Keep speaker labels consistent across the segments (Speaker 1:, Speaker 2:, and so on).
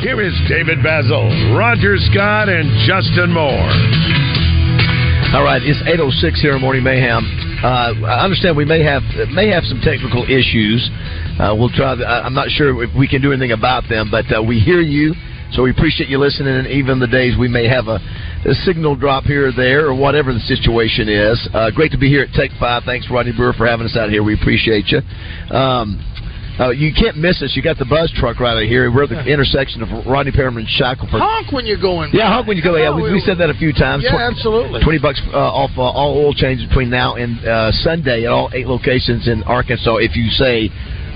Speaker 1: Here is David Basil, Roger Scott, and Justin Moore.
Speaker 2: All right, it's 8:06 here in Morning Mayhem. Uh, I understand we may have may have some technical issues. Uh, we'll try. I- I'm not sure if we can do anything about them, but uh, we hear you, so we appreciate you listening. And even the days we may have a, a signal drop here or there, or whatever the situation is. Uh, great to be here at Tech Five. Thanks, Rodney Brewer, for having us out here. We appreciate you. Um, uh, you can't miss us. You got the buzz truck right out here. We're at the intersection of Rodney Perriman and Shackelford.
Speaker 3: Honk when you're going.
Speaker 2: Yeah, honk when you go. Yeah, we, we said that a few times.
Speaker 3: Yeah,
Speaker 2: Twen-
Speaker 3: absolutely.
Speaker 2: Twenty bucks uh, off uh, all oil changes between now and uh, Sunday at all eight locations in Arkansas. If you say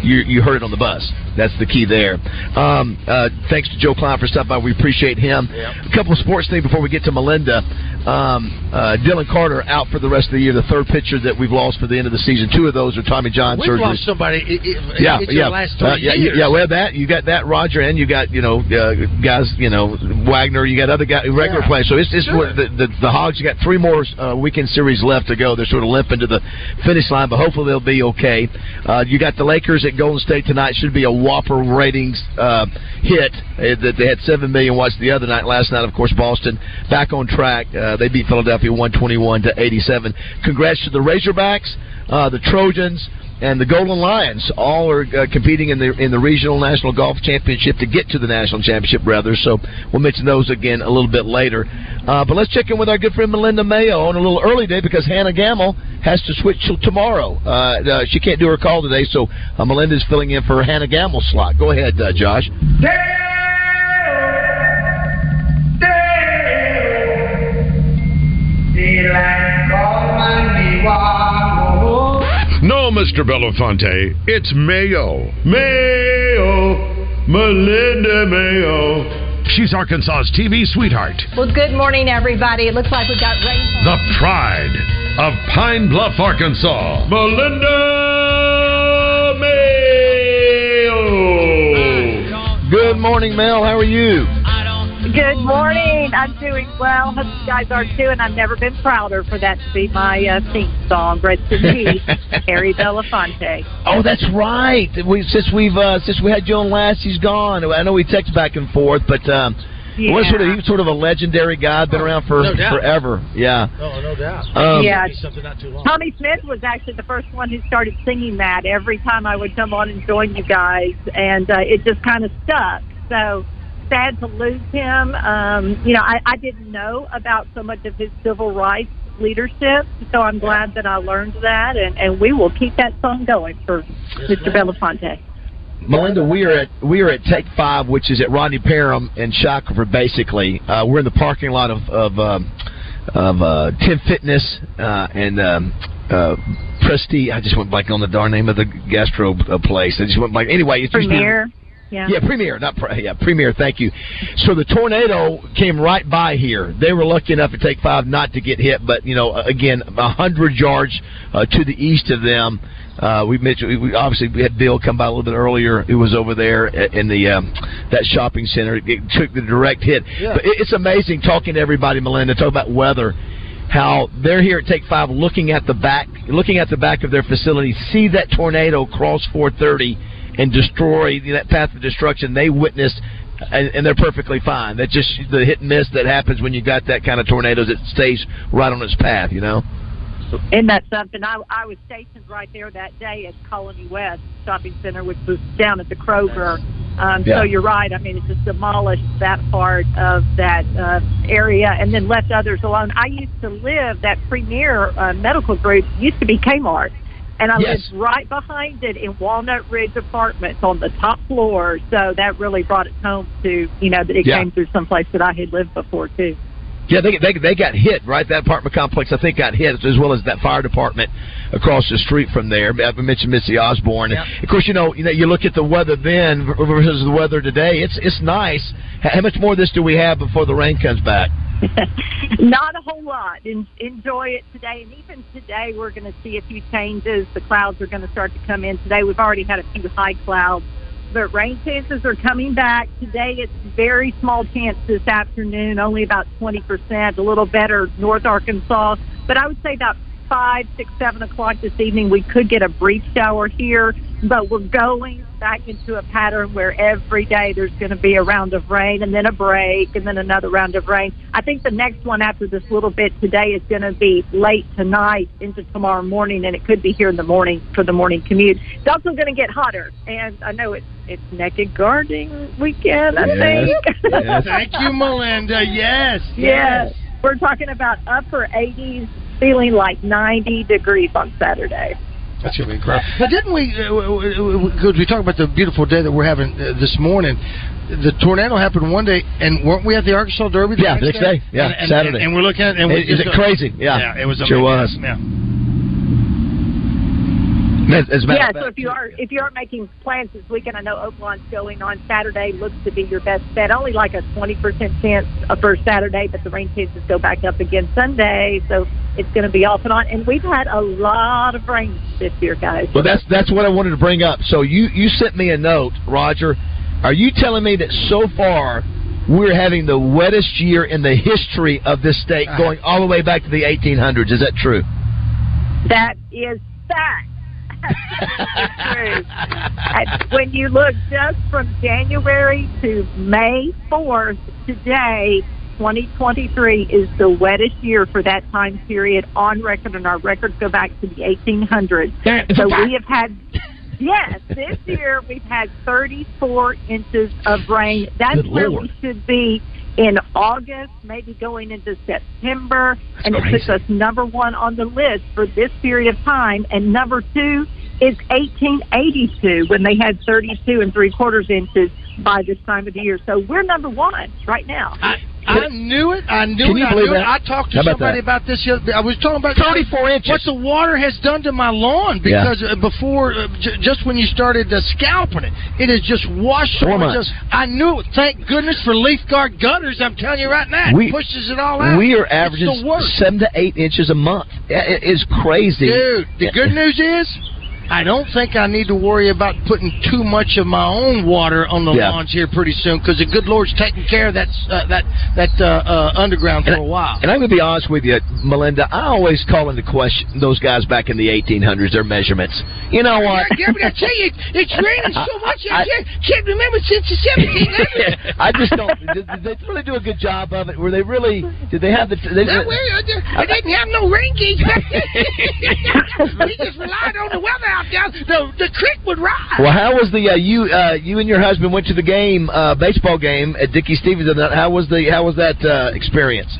Speaker 2: you you heard it on the bus, that's the key there. Um, uh, thanks to Joe Klein for stopping by. We appreciate him. A couple of sports things before we get to Melinda. Um, uh, Dylan Carter out for the rest of the year. The third pitcher that we've lost for the end of the season. Two of those are Tommy John
Speaker 3: We've
Speaker 2: surgeries.
Speaker 3: lost somebody. i- i-
Speaker 2: Yeah,
Speaker 3: in
Speaker 2: yeah,
Speaker 3: The last three
Speaker 2: Uh, yeah,
Speaker 3: years.
Speaker 2: yeah. Well, that you got that Roger, and you got you know uh, guys, you know Wagner. You got other guys, regular
Speaker 3: Yeah.
Speaker 2: players. So it's it's
Speaker 3: Sure.
Speaker 2: what the, the the Hogs you got three more uh, weekend series left to go. They're sort of limping to the finish line, but hopefully they'll be okay. Uh, you got the Lakers at Golden State tonight. Should be a whopper ratings uh, hit. Uh, That they had seven million watched the other night. Last night, of course, Boston back on track. Uh, they beat Philadelphia one twenty one to eighty seven. Congrats to the Razorbacks, uh, the Trojans and the Golden Lions all are uh, competing in the in the regional national golf championship to get to the national championship, rather. So we'll mention those again a little bit later. Uh, but let's check in with our good friend Melinda Mayo on a little early day because Hannah Gamel has to switch till tomorrow. Uh, uh, she can't do her call today, so uh, Melinda's filling in for her Hannah Gamel slot. Go ahead, uh, Josh.
Speaker 1: No, Mr. Belafonte, it's Mayo. Mayo. Melinda Mayo. She's Arkansas's TV sweetheart,
Speaker 4: Well, good morning, everybody. It looks like we got rain.
Speaker 1: the pride of Pine Bluff, Arkansas. Melinda Mayo.
Speaker 2: Good morning, Mel. How are you?
Speaker 5: Good morning. I'm doing well. Hope you guys are too, and I've never been prouder for that to be my uh, theme song. Read to me, Harry Belafonte.
Speaker 2: Oh, that's right. We since we've uh, since we had you on last, he's gone. I know we text back and forth, but um,
Speaker 5: Yeah.
Speaker 2: was sort of, he was sort of a legendary guy, been around for
Speaker 3: no doubt.
Speaker 2: forever. Yeah.
Speaker 3: No, Oh, no doubt.
Speaker 2: Um,
Speaker 5: Yeah.
Speaker 3: Maybe Something not too long.
Speaker 5: Tommy Smith was actually the first one who started singing that every time I would come on and join you guys, and uh, it just kind of stuck. So sad to lose him. Um, you know, I, I didn't know about so much of his civil rights leadership, so I'm glad that I learned that, and, and we will keep that song going for Mr. Belafonte.
Speaker 2: Melinda, we are at we are at Tech Five, which is at Rodney Parham and Shackelford. Basically, uh, we're in the parking lot of of, um, of uh, Tim Fitness uh, and um, uh, Prestige. I just went blank on the darn name of the gastro uh, place. I just went blank. Anyway, it's
Speaker 5: Premier. Yeah.
Speaker 2: Yeah, Premier, not pre- yeah, Premier. Thank you. So the tornado came right by here. They were lucky enough to take five, not to get hit, but you know, again, a hundred yards uh, to the east of them. Uh, we mentioned we- we obviously we had Bill come by a little bit earlier. Who was over there at- in the um, that shopping center? It took the direct hit,
Speaker 3: Yeah.
Speaker 2: but it, it's amazing talking to everybody, Melinda. Talk about weather. How they're here at Take Five, looking at the back, looking at the back of their facility, see that tornado cross 430 and destroy that path of destruction they witnessed, and, and they're perfectly fine. That's just the hit and miss that happens when you got that kind of tornadoes. It stays right on its path, you know.
Speaker 5: Isn't that something? I, I was stationed right there that day at Colony West Shopping Center, which was down at the Kroger. Um,
Speaker 2: Yeah.
Speaker 5: So you're right. I mean, it just demolished that part of that uh, area and then left others alone. I used to live, that premier uh, medical group used to be Kmart. And I
Speaker 2: Yes.
Speaker 5: lived right behind it in Walnut Ridge Apartments on the top floor. So that really brought it home to, you know, that it
Speaker 2: Yeah.
Speaker 5: came through someplace that I had lived before, too.
Speaker 2: Yeah, they, they they got hit right. That apartment complex, I think, got hit as well as that fire department across the street from there. I mentioned Missy Osborne.
Speaker 3: Yeah.
Speaker 2: Of course, you know, you know, you look at the weather then versus the weather today. It's it's nice. How how much more of this do we have before the rain comes back?
Speaker 5: Not a whole lot. En- enjoy it today. And even today, we're going to see a few changes. The clouds are going to start to come in today. We've already had a few high clouds, but rain chances are coming back. Today, it's very small chance this afternoon, only about 20%, a little better North Arkansas. But I would say about 5, 6, 7 o'clock this evening, we could get a brief shower here, but we're going back into a pattern where every day there's going to be a round of rain and then a break and then another round of rain. I think the next one after this little bit today is going to be late tonight into tomorrow morning, and it could be here in the morning for the morning commute. It's also going to get hotter, and I know it's, it's naked gardening weekend, I think.
Speaker 3: Thank you, Melinda. Yes.
Speaker 5: Yes. We're talking about upper 80s, feeling like 90 degrees on Saturday.
Speaker 3: That's gonna be incredible. Now, didn't we? uh, Because we talked about the beautiful day that we're having uh, this morning. The tornado happened one day, and weren't we at the Arkansas Derby? The
Speaker 2: Yeah,
Speaker 3: next
Speaker 2: next day. Yeah,
Speaker 3: And- and-
Speaker 2: Saturday.
Speaker 3: And, we're looking at. And we
Speaker 2: Is- is
Speaker 3: just
Speaker 2: it
Speaker 3: go-
Speaker 2: crazy? Yeah.
Speaker 3: yeah, it was.
Speaker 2: Sure was.
Speaker 3: amazing. Yeah.
Speaker 2: As- as a matter
Speaker 5: yeah,
Speaker 2: of
Speaker 5: so
Speaker 2: fact-
Speaker 5: if you are if you are making plans this weekend, I know Oaklawn's going on Saturday. Looks to be your best bet. Only like a twenty percent chance uh, for Saturday, but the rain chances go back up again Sunday. So it's going to be off and on. And we've had a lot of rain this year, guys.
Speaker 2: Well, that's that's what I wanted to bring up. So you you sent me a note, Roger. Are you telling me that so far we're having the wettest year in the history of this state,
Speaker 3: Uh-huh.
Speaker 2: going all the way back to the 1800s? Is that true?
Speaker 5: That is fact. It's true. And when you look just from January to May 4th, today, 2023 is the wettest year for that time period on record, and our records go back to the 1800s. So we have had, yes, this year we've had 34 inches of rain. That's
Speaker 2: Good
Speaker 5: where
Speaker 2: Lord.
Speaker 5: we should be in August, maybe going into September. and it puts
Speaker 2: crazy.
Speaker 5: us number one on the list for this period of time. And number two is 1882 when they had 32 and three quarters inches by this time of the year. So we're number one right now.
Speaker 3: I, I knew it. I knew
Speaker 2: Can
Speaker 3: it.
Speaker 2: you
Speaker 3: I
Speaker 2: believe
Speaker 3: knew it.
Speaker 2: that?
Speaker 3: I talked to
Speaker 2: How about
Speaker 3: somebody
Speaker 2: that?
Speaker 3: about this. The other, day. I was talking about
Speaker 2: 34 inches.
Speaker 3: What the water has done to my lawn
Speaker 2: Yeah.
Speaker 3: because uh, before, uh, j- just when you started uh, scalping it, it has just washed.
Speaker 2: Four
Speaker 3: away.
Speaker 2: months.
Speaker 3: Just- I knew it. Thank goodness for leaf guard gutters. I'm telling you right now,
Speaker 2: We-
Speaker 3: it pushes it all out.
Speaker 2: We are
Speaker 3: It's
Speaker 2: averaging
Speaker 3: the worst.
Speaker 2: seven to eight inches a month. It is crazy.
Speaker 3: Dude, the good news is, I don't think I need to worry about putting too much of my own water on the
Speaker 2: Yeah.
Speaker 3: lawns here pretty soon because the good Lord's taking care of that uh, that that uh, uh, underground for
Speaker 2: And I-
Speaker 3: a while.
Speaker 2: And I'm going to be honest with you, Melinda. I always call into question those guys back in the 1800s, their measurements. You know what?
Speaker 3: Yeah, but I tell you, it's raining so much. I,
Speaker 2: I-
Speaker 3: can't, can't remember since the 1700s.
Speaker 2: I just don't. Did, did they really do a good job of it? Were they really? Did they have the? They,
Speaker 3: That way, I di- I didn't have no rain gauge back then. we just relied on the weather out there. The, the creek would rise.
Speaker 2: well, how was the uh, you uh, you and your husband went to the game uh, baseball game at Dickie Stevens? the other night. How was the how was that uh, experience?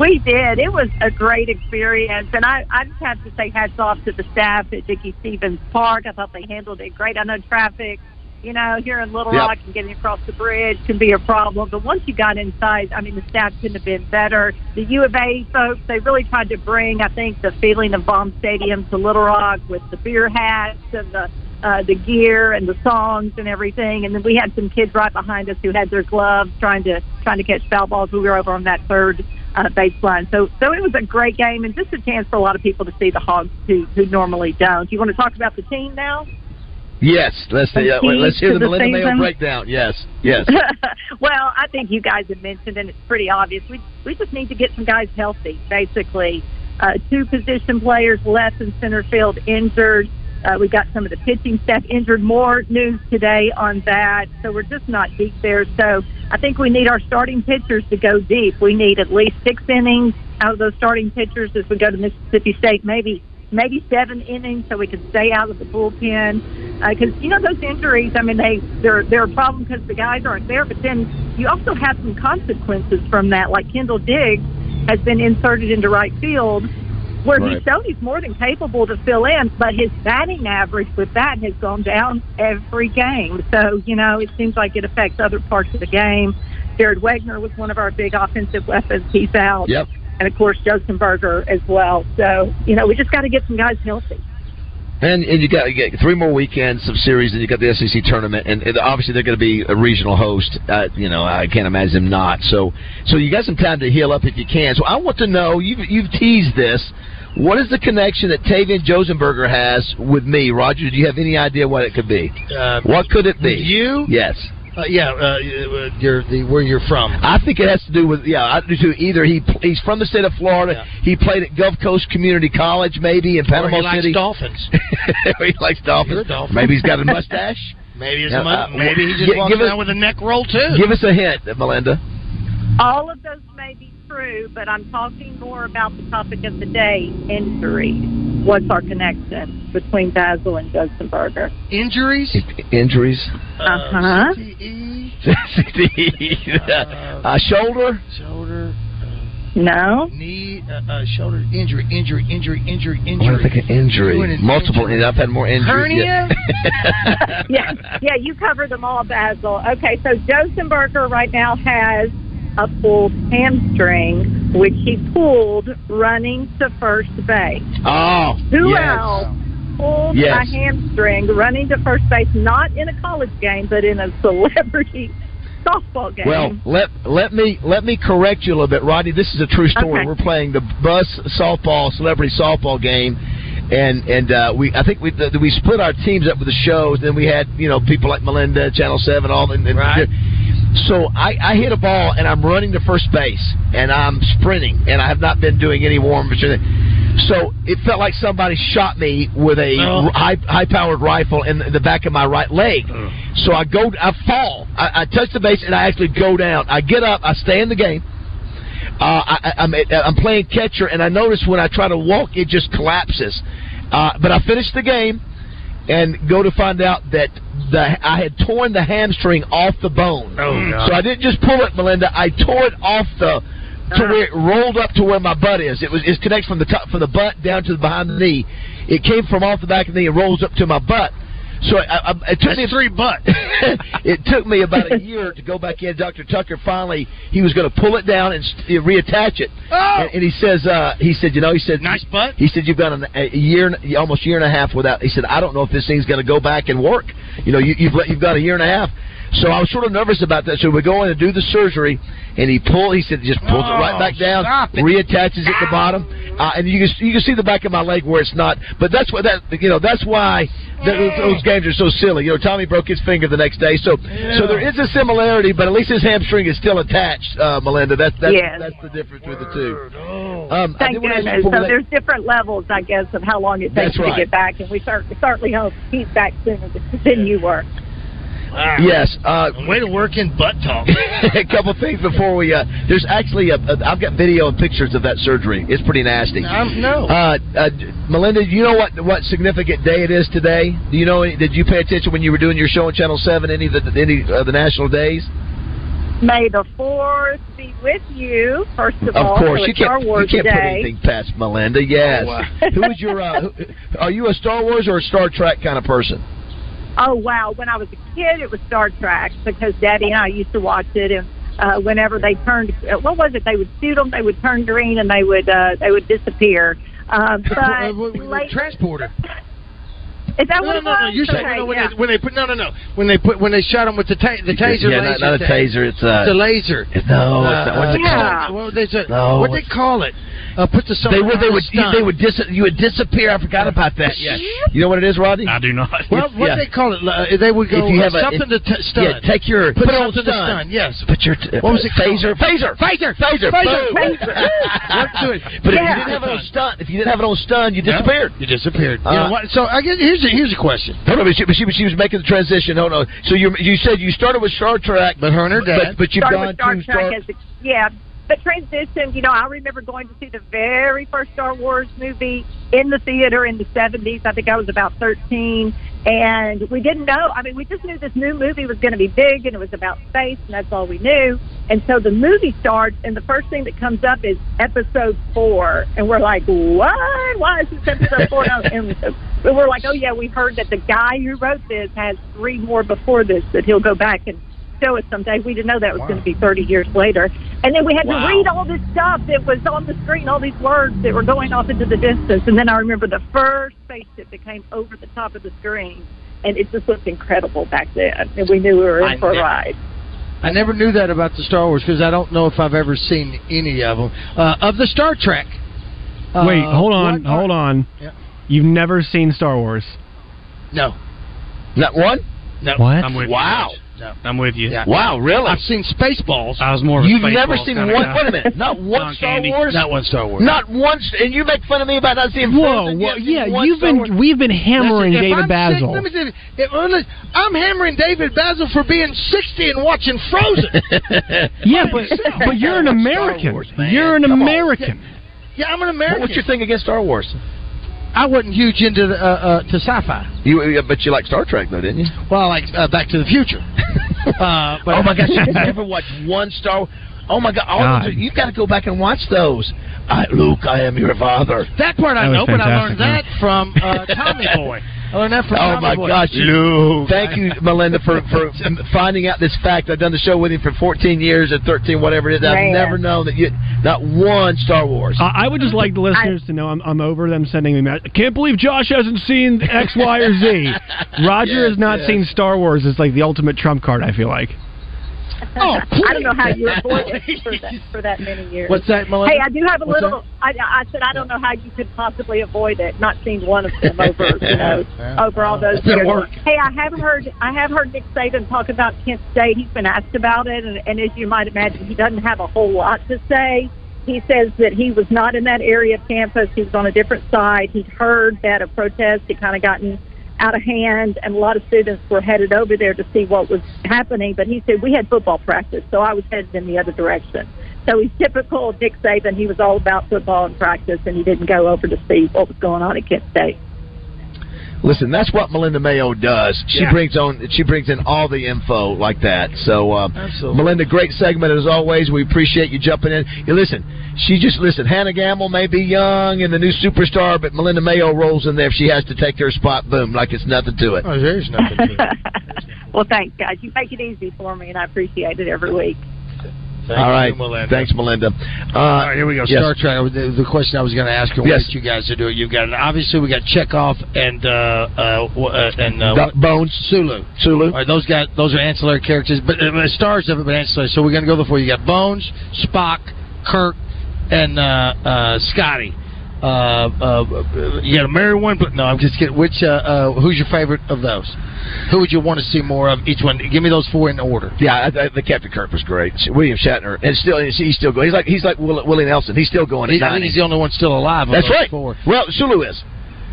Speaker 5: We did. It was a great experience, and I, I just have to say hats off to the staff at Dickie Stevens Park. I thought they handled it great. I know traffic, you know, here in Little
Speaker 2: Yep.
Speaker 5: Rock and getting across the bridge can be a problem, but once you got inside, I mean, the staff couldn't have been better. The U of A folks, they really tried to bring, I think, the feeling of Bomb Stadium to Little Rock with the beer hats and the uh, the gear and the songs and everything. And then we had some kids right behind us who had their gloves trying to trying to catch foul balls. We were over on that third uh, baseline. So so it was a great game and just a chance for a lot of people to see the Hogs who who normally don't. You want to talk about the team now?
Speaker 2: Yes, let's
Speaker 5: The
Speaker 2: yeah,
Speaker 5: key
Speaker 2: let's hear
Speaker 5: to the
Speaker 2: the Melinda Mayo
Speaker 5: season?
Speaker 2: breakdown. Yes, yes.
Speaker 5: well, I think you guys have mentioned, and it's pretty obvious. We we just need to get some guys healthy. Basically, uh, two position players left in center field injured. Uh, we've got some of the pitching staff injured. More news today on that. So we're just not deep there. So I think we need our starting pitchers to go deep. We need at least six innings out of those starting pitchers as we go to Mississippi State. Maybe maybe seven innings so we can stay out of the bullpen. Because you know those injuries, I mean they they're they're a problem because the guys aren't there. But then you also have some consequences from that. Like Kendall Diggs has been inserted into right field, where
Speaker 2: Right.
Speaker 5: he's shown he's more than capable to fill in, but his batting average with that has gone down every game. So you know it seems like it affects other parts of the game. Jared Wagner was one of our big offensive weapons. He's out
Speaker 2: Yep.
Speaker 5: and of course Josenberger as well. So you know, we just got to get some guys healthy.
Speaker 2: And, and you got you get three more weekends of series, and you got the SEC tournament, and, and obviously they're going to be a regional host. Uh, you know, I can't imagine them not. So, so you got some time to heal up if you can. So, I want to know you've you've teased this. What is the connection that Tavian Josenberger has with me, Roger? Do you have any idea what it could be?
Speaker 3: Uh,
Speaker 2: What could it be?
Speaker 3: You?
Speaker 2: Yes.
Speaker 3: Uh, yeah, uh, you're the where you're from.
Speaker 2: I think it has to do with yeah. I do too. Either he he's from the state of Florida. He played at Gulf Coast Community College, maybe in Panama
Speaker 3: or he
Speaker 2: City.
Speaker 3: likes dolphins.
Speaker 2: he likes dolphins.
Speaker 3: You're a dolphin.
Speaker 2: Maybe he's got a mustache.
Speaker 3: Maybe it's
Speaker 2: Yeah,
Speaker 3: a mon-
Speaker 2: uh,
Speaker 3: maybe he just
Speaker 2: gi-
Speaker 3: walks
Speaker 2: give us-
Speaker 3: around with a neck roll too.
Speaker 2: Give us a hint, Melinda.
Speaker 5: All of those may be true, but I'm talking more about the topic of the day injuries. What's our connection between Basil and Josenberger?
Speaker 3: Injuries?
Speaker 2: Injuries.
Speaker 5: Uh-huh.
Speaker 3: CTE,
Speaker 2: uh, shoulder.
Speaker 3: shoulder,
Speaker 5: No?
Speaker 3: knee, uh, uh, shoulder injury, injury, injury, injury,
Speaker 2: What do I
Speaker 3: injury.
Speaker 2: think? An
Speaker 3: Doing
Speaker 2: injury.
Speaker 3: an
Speaker 2: Multiple.
Speaker 3: injury.
Speaker 2: I've had more injuries.
Speaker 3: Hernia?
Speaker 2: Yeah.
Speaker 5: Yeah, yeah, you covered them all, Basil. Okay, so Josenberger right now has a pulled hamstring, which he pulled running to first base.
Speaker 2: oh.
Speaker 5: Who
Speaker 2: yes.
Speaker 5: else pulled
Speaker 2: Yes.
Speaker 5: a hamstring running to first base, not in a college game, but in a celebrity softball game?
Speaker 2: Well, let let me let me correct you a little bit, Rodney. This is a true story.
Speaker 5: Okay.
Speaker 2: We're playing the bus softball celebrity softball game, and and uh, we I think we the, we split our teams up with the shows. Then we had you know people like Melinda, Channel Seven, all and, and
Speaker 3: Right.
Speaker 2: So I, I hit a ball and I'm running to first base and I'm sprinting and I have not been doing any warm ups. So it felt like somebody shot me with a
Speaker 3: Oh.
Speaker 2: high high powered rifle in the back of my right leg. So I go, I fall, I, I touch the base, and I actually go down. I get up, I stay in the game. Uh, I, I- I'm, I'm playing catcher, and I notice when I try to walk, it just collapses. Uh, but I finish the game and go to find out that the I had torn the hamstring off the bone.
Speaker 3: Oh, God.
Speaker 2: So I didn't just pull it, Melinda. I tore it off the to
Speaker 3: Uh-huh.
Speaker 2: where it rolled up to where my butt is. It was it connects from the top from the butt down to the behind the knee. It came from off the back of the knee and rolls up to my butt. So I, I, it took me
Speaker 3: That's three butt.
Speaker 2: it took me about a year to go back in. Doctor Tucker finally he was going to pull it down and st- reattach it.
Speaker 3: Oh,
Speaker 2: And, and he says uh, he said you know he said
Speaker 3: nice butt.
Speaker 2: he said, "You've got an, a year, and- almost year and a half without." He said, "I don't know if this thing's going to go back and work." You know, you, you've let- you've got a year and a half. So I was sort of nervous about that. So we go in and do the surgery, and he pulled. He said, "Just pulls it right
Speaker 3: Oh,
Speaker 2: back down,
Speaker 3: stop it.
Speaker 2: reattaches at the bottom." Uh, and you can you can see the back of my leg where it's not, but that's what that you know that's why that, those, those games are so silly. You know, Tommy broke his finger the next day, so so there is a similarity, but at least his hamstring is still attached, uh, Melinda. That's that's,
Speaker 5: Yes.
Speaker 2: that's the difference between the two. Um, I
Speaker 5: Thank
Speaker 2: did wanna ask
Speaker 5: goodness. So
Speaker 2: you before we let-
Speaker 5: there's different levels, I guess, of how long it
Speaker 2: That's
Speaker 5: takes
Speaker 2: right.
Speaker 5: to get back, and we cer- certainly hope he's back sooner than you were.
Speaker 3: Wow.
Speaker 2: Yes. Uh,
Speaker 3: Way to work in butt talk.
Speaker 2: a couple things before we. Uh, there's actually a, a. I've got video and pictures of that surgery. It's pretty nasty.
Speaker 3: Um, no.
Speaker 2: Uh, uh, Melinda, do you know what what significant day it is today? Do you know? any- Did you pay attention when you were doing your show on Channel Seven? Any of the any of the national days?
Speaker 5: May the fourth be with you. First of, all,
Speaker 2: of course,
Speaker 5: so
Speaker 2: you
Speaker 5: it's Star
Speaker 2: can't
Speaker 5: Wars
Speaker 2: you can't put
Speaker 5: Day.
Speaker 2: anything past Melinda.
Speaker 3: Oh,
Speaker 2: Yes. who is your? Uh, who, are you a Star Wars or a Star Trek kind of person?
Speaker 5: Oh wow! When I was a kid, it was Star Trek because Daddy and I used to watch it, and uh, whenever they turned, uh, what was it? They would shoot them. They would turn green, and they would uh, they would disappear. Um,
Speaker 3: Uh,
Speaker 5: but
Speaker 3: w- w-
Speaker 5: late-
Speaker 3: transporter.
Speaker 5: is that
Speaker 3: No,
Speaker 5: what it
Speaker 3: no, no, no.
Speaker 5: was?
Speaker 3: You're saying
Speaker 5: Okay,
Speaker 3: no, Uh, when,
Speaker 5: yeah.
Speaker 3: they, when they put no, no, no. When they put when they shot him with the ta- the taser.
Speaker 2: yeah,
Speaker 3: laser
Speaker 2: not, not a
Speaker 3: thing.
Speaker 2: taser. It's uh,
Speaker 3: The laser.
Speaker 2: it's- no. it's,
Speaker 3: Uh,
Speaker 2: not- what's it called?
Speaker 5: Yeah.
Speaker 3: uh, Well, there's a,
Speaker 2: No,
Speaker 3: what they
Speaker 2: it's-
Speaker 3: call it? Uh, put the
Speaker 2: They would. They would. You,
Speaker 3: Stunt.
Speaker 2: they would. Dis- you would disappear. I forgot about that. Yeah. You know what it is, Rodney?
Speaker 6: I do not.
Speaker 3: Well, what
Speaker 2: yeah.
Speaker 3: they call it? Uh, they would go
Speaker 2: If you have
Speaker 3: uh,
Speaker 2: a-
Speaker 3: something
Speaker 2: if-
Speaker 3: to t- stun.
Speaker 2: Yeah. Take your.
Speaker 3: put,
Speaker 2: it
Speaker 3: on the stun. Yes.
Speaker 2: Put your. T-
Speaker 3: What was it
Speaker 2: Phaser. Phaser. Phaser. Phaser.
Speaker 3: Phaser,
Speaker 2: boom.
Speaker 5: phaser.
Speaker 3: Let's do it.
Speaker 2: But if you
Speaker 5: Yeah.
Speaker 2: didn't have it on stun, if you didn't have it on stun, you disappeared.
Speaker 3: You disappeared.
Speaker 2: Uh,
Speaker 3: you know what? So I guess here's a, here's a question.
Speaker 2: No, no, but she, but she, but she was making the transition. No, no. So you you said you started with Star Trek,
Speaker 3: But her and her
Speaker 2: but,
Speaker 3: dad.
Speaker 2: but you've
Speaker 5: Started
Speaker 2: gone
Speaker 5: with Star
Speaker 2: to
Speaker 5: Trek
Speaker 2: Star.
Speaker 5: as a, yeah. The transition, you know, I remember going to see the very first Star Wars movie in the theater in the 70s. I think I was about 13. And we didn't know. I mean, we just knew this new movie was going to be big and it was about space, and that's all we knew. And so the movie starts, and the first thing that comes up is episode four. And we're like, what? Why is this episode four? and we're like, oh, yeah, we heard that the guy who wrote this has three more before this that he'll go back and show it someday. We didn't know that was going to be 30 years later. And then we had
Speaker 6: Wow.
Speaker 5: to read all this stuff that was on the screen, all these words that were going off into the distance. And then I remember the first spaceship that came over the top of the screen. And it just looked incredible back then. And we knew we were in
Speaker 6: I
Speaker 5: for a
Speaker 6: never-
Speaker 5: ride.
Speaker 3: I never knew that about the Star Wars because I don't know if I've ever seen any of them. Uh, of the Star Trek. uh,
Speaker 7: Wait, hold on,
Speaker 3: what part-
Speaker 7: hold on.
Speaker 3: Yeah.
Speaker 7: You've never seen Star Wars.
Speaker 3: No, not one. No.
Speaker 7: What?
Speaker 8: I'm with
Speaker 3: Wow.
Speaker 8: you.
Speaker 3: No.
Speaker 8: Guys. I'm with you.
Speaker 3: Yeah.
Speaker 2: Wow, really?
Speaker 3: I've seen Spaceballs.
Speaker 8: I was more of a
Speaker 2: You've
Speaker 8: Spaceballs
Speaker 2: never seen
Speaker 8: kinda
Speaker 2: one.
Speaker 8: guy.
Speaker 2: Wait a minute, not one
Speaker 8: John
Speaker 2: Star
Speaker 8: Candy.
Speaker 2: Wars.
Speaker 3: not one Star Wars.
Speaker 2: Not once, and you make fun of me about not seeing.
Speaker 7: Whoa,
Speaker 2: Frozen,
Speaker 7: whoa
Speaker 2: yet
Speaker 7: yeah,
Speaker 2: seeing one
Speaker 7: you've
Speaker 2: Star
Speaker 7: been
Speaker 2: Wars.
Speaker 7: we've been hammering
Speaker 3: Listen, if
Speaker 7: David
Speaker 3: I'm Sick,
Speaker 7: Basil.
Speaker 3: let me tell you, if- unless- I'm hammering David Basil for being 60 and watching Frozen.
Speaker 7: yeah, but but you're an
Speaker 2: Star
Speaker 7: American.
Speaker 2: Wars, man.
Speaker 7: you're an
Speaker 2: Come on.
Speaker 7: American.
Speaker 3: yeah, I'm an American.
Speaker 2: What's your thing against Star Wars?
Speaker 3: I wasn't huge into the, uh, uh, to sci-fi.
Speaker 2: You, uh, but you like Star Trek though, didn't you?
Speaker 3: Well, I like uh, Back to the Future. Uh, but
Speaker 2: oh my gosh, you never watched one Star. Oh my God, all
Speaker 7: God.
Speaker 2: Those, you've got to go back and watch those. I, Luke, I am your father.
Speaker 3: That part I
Speaker 7: That was
Speaker 3: know, but I learned that
Speaker 7: fantastic,
Speaker 3: from uh, Tommy Boy. I learned that from
Speaker 2: Oh
Speaker 3: Tommy
Speaker 2: my
Speaker 3: Boy.
Speaker 2: gosh,
Speaker 3: Luke.
Speaker 2: Thank you, Melinda, for, for finding out this fact. I've done the show with him for 14 years or 13, whatever it is. I've
Speaker 5: Man.
Speaker 2: never known that you not one Star Wars.
Speaker 7: I I would just like the listeners to know I'm, I'm over them sending me. ma- I can't believe Josh hasn't seen X, Y, or Z. Roger
Speaker 2: Yes,
Speaker 7: has not
Speaker 2: yes.
Speaker 7: seen Star Wars. It's like the ultimate trump card. I feel like.
Speaker 3: Oh,
Speaker 5: I don't know how you avoided for that, for that many years.
Speaker 3: What's that, Melinda?
Speaker 5: Hey, I do have a
Speaker 3: What's
Speaker 5: little. I, I said I don't know how you could possibly avoid it, not seeing one of them over, you know,
Speaker 3: Yeah.
Speaker 5: over all those
Speaker 3: It's been
Speaker 5: years.
Speaker 3: work.
Speaker 5: Hey, I have heard. I have heard Nick Saban talk about Kent State. He's been asked about it, and, and as you might imagine, he doesn't have a whole lot to say. He says that he was not in that area of campus. He was on a different side. He'd heard that a protest had kind of gotten out of hand, and a lot of students were headed over there to see what was happening. But he said we had football practice, so I was headed in the other direction. So he's typical of Dick Saban. He was all about football and practice, and he didn't go over to see what was going on at Kent State.
Speaker 2: Listen, that's what Melinda Mayo does. She
Speaker 8: Yeah.
Speaker 2: brings on, she brings in all the info like that. So, uh,
Speaker 3: Absolutely.
Speaker 2: Melinda, great segment as always. We appreciate you jumping in. You listen, she just listen. Hannah Gamble may be young and the new superstar, but Melinda Mayo rolls in there. If she has to take her spot, boom, like it's nothing to it.
Speaker 3: Oh, there's nothing. to it.
Speaker 5: well, thanks, guys. You make it easy for me, and I appreciate it every week.
Speaker 2: all right,
Speaker 3: you, Melinda.
Speaker 2: thanks, Melinda. Uh,
Speaker 3: All right, here we go.
Speaker 2: Yes.
Speaker 3: Star Trek. The, the question I was going to ask, and
Speaker 2: Yes.
Speaker 3: what you guys are doing. You've got obviously we got Chekhov and uh, uh, w- uh, and uh,
Speaker 2: Doc Bones,
Speaker 3: Sulu.
Speaker 2: Sulu.
Speaker 3: All right, those guys. Those are ancillary characters, but uh, but stars of it, but ancillary. So we're going to go the four. You got Bones, Spock, Kirk, and uh, uh, Scotty. Uh, uh, you got to marry one, but no, I'm just kidding. Which uh, uh, who's your favorite of those? Who would you want to see more of? Each one. Give me those four in order.
Speaker 2: Yeah, I, I, the Captain Kirk was great. William Shatner, and still he's still going. He's like he's like Will, Willie Nelson. He's still going. at
Speaker 3: He, I think
Speaker 2: 90.
Speaker 3: he's the only one still alive. of
Speaker 2: That's
Speaker 3: those
Speaker 2: right.
Speaker 3: Four.
Speaker 2: Well, Sulu is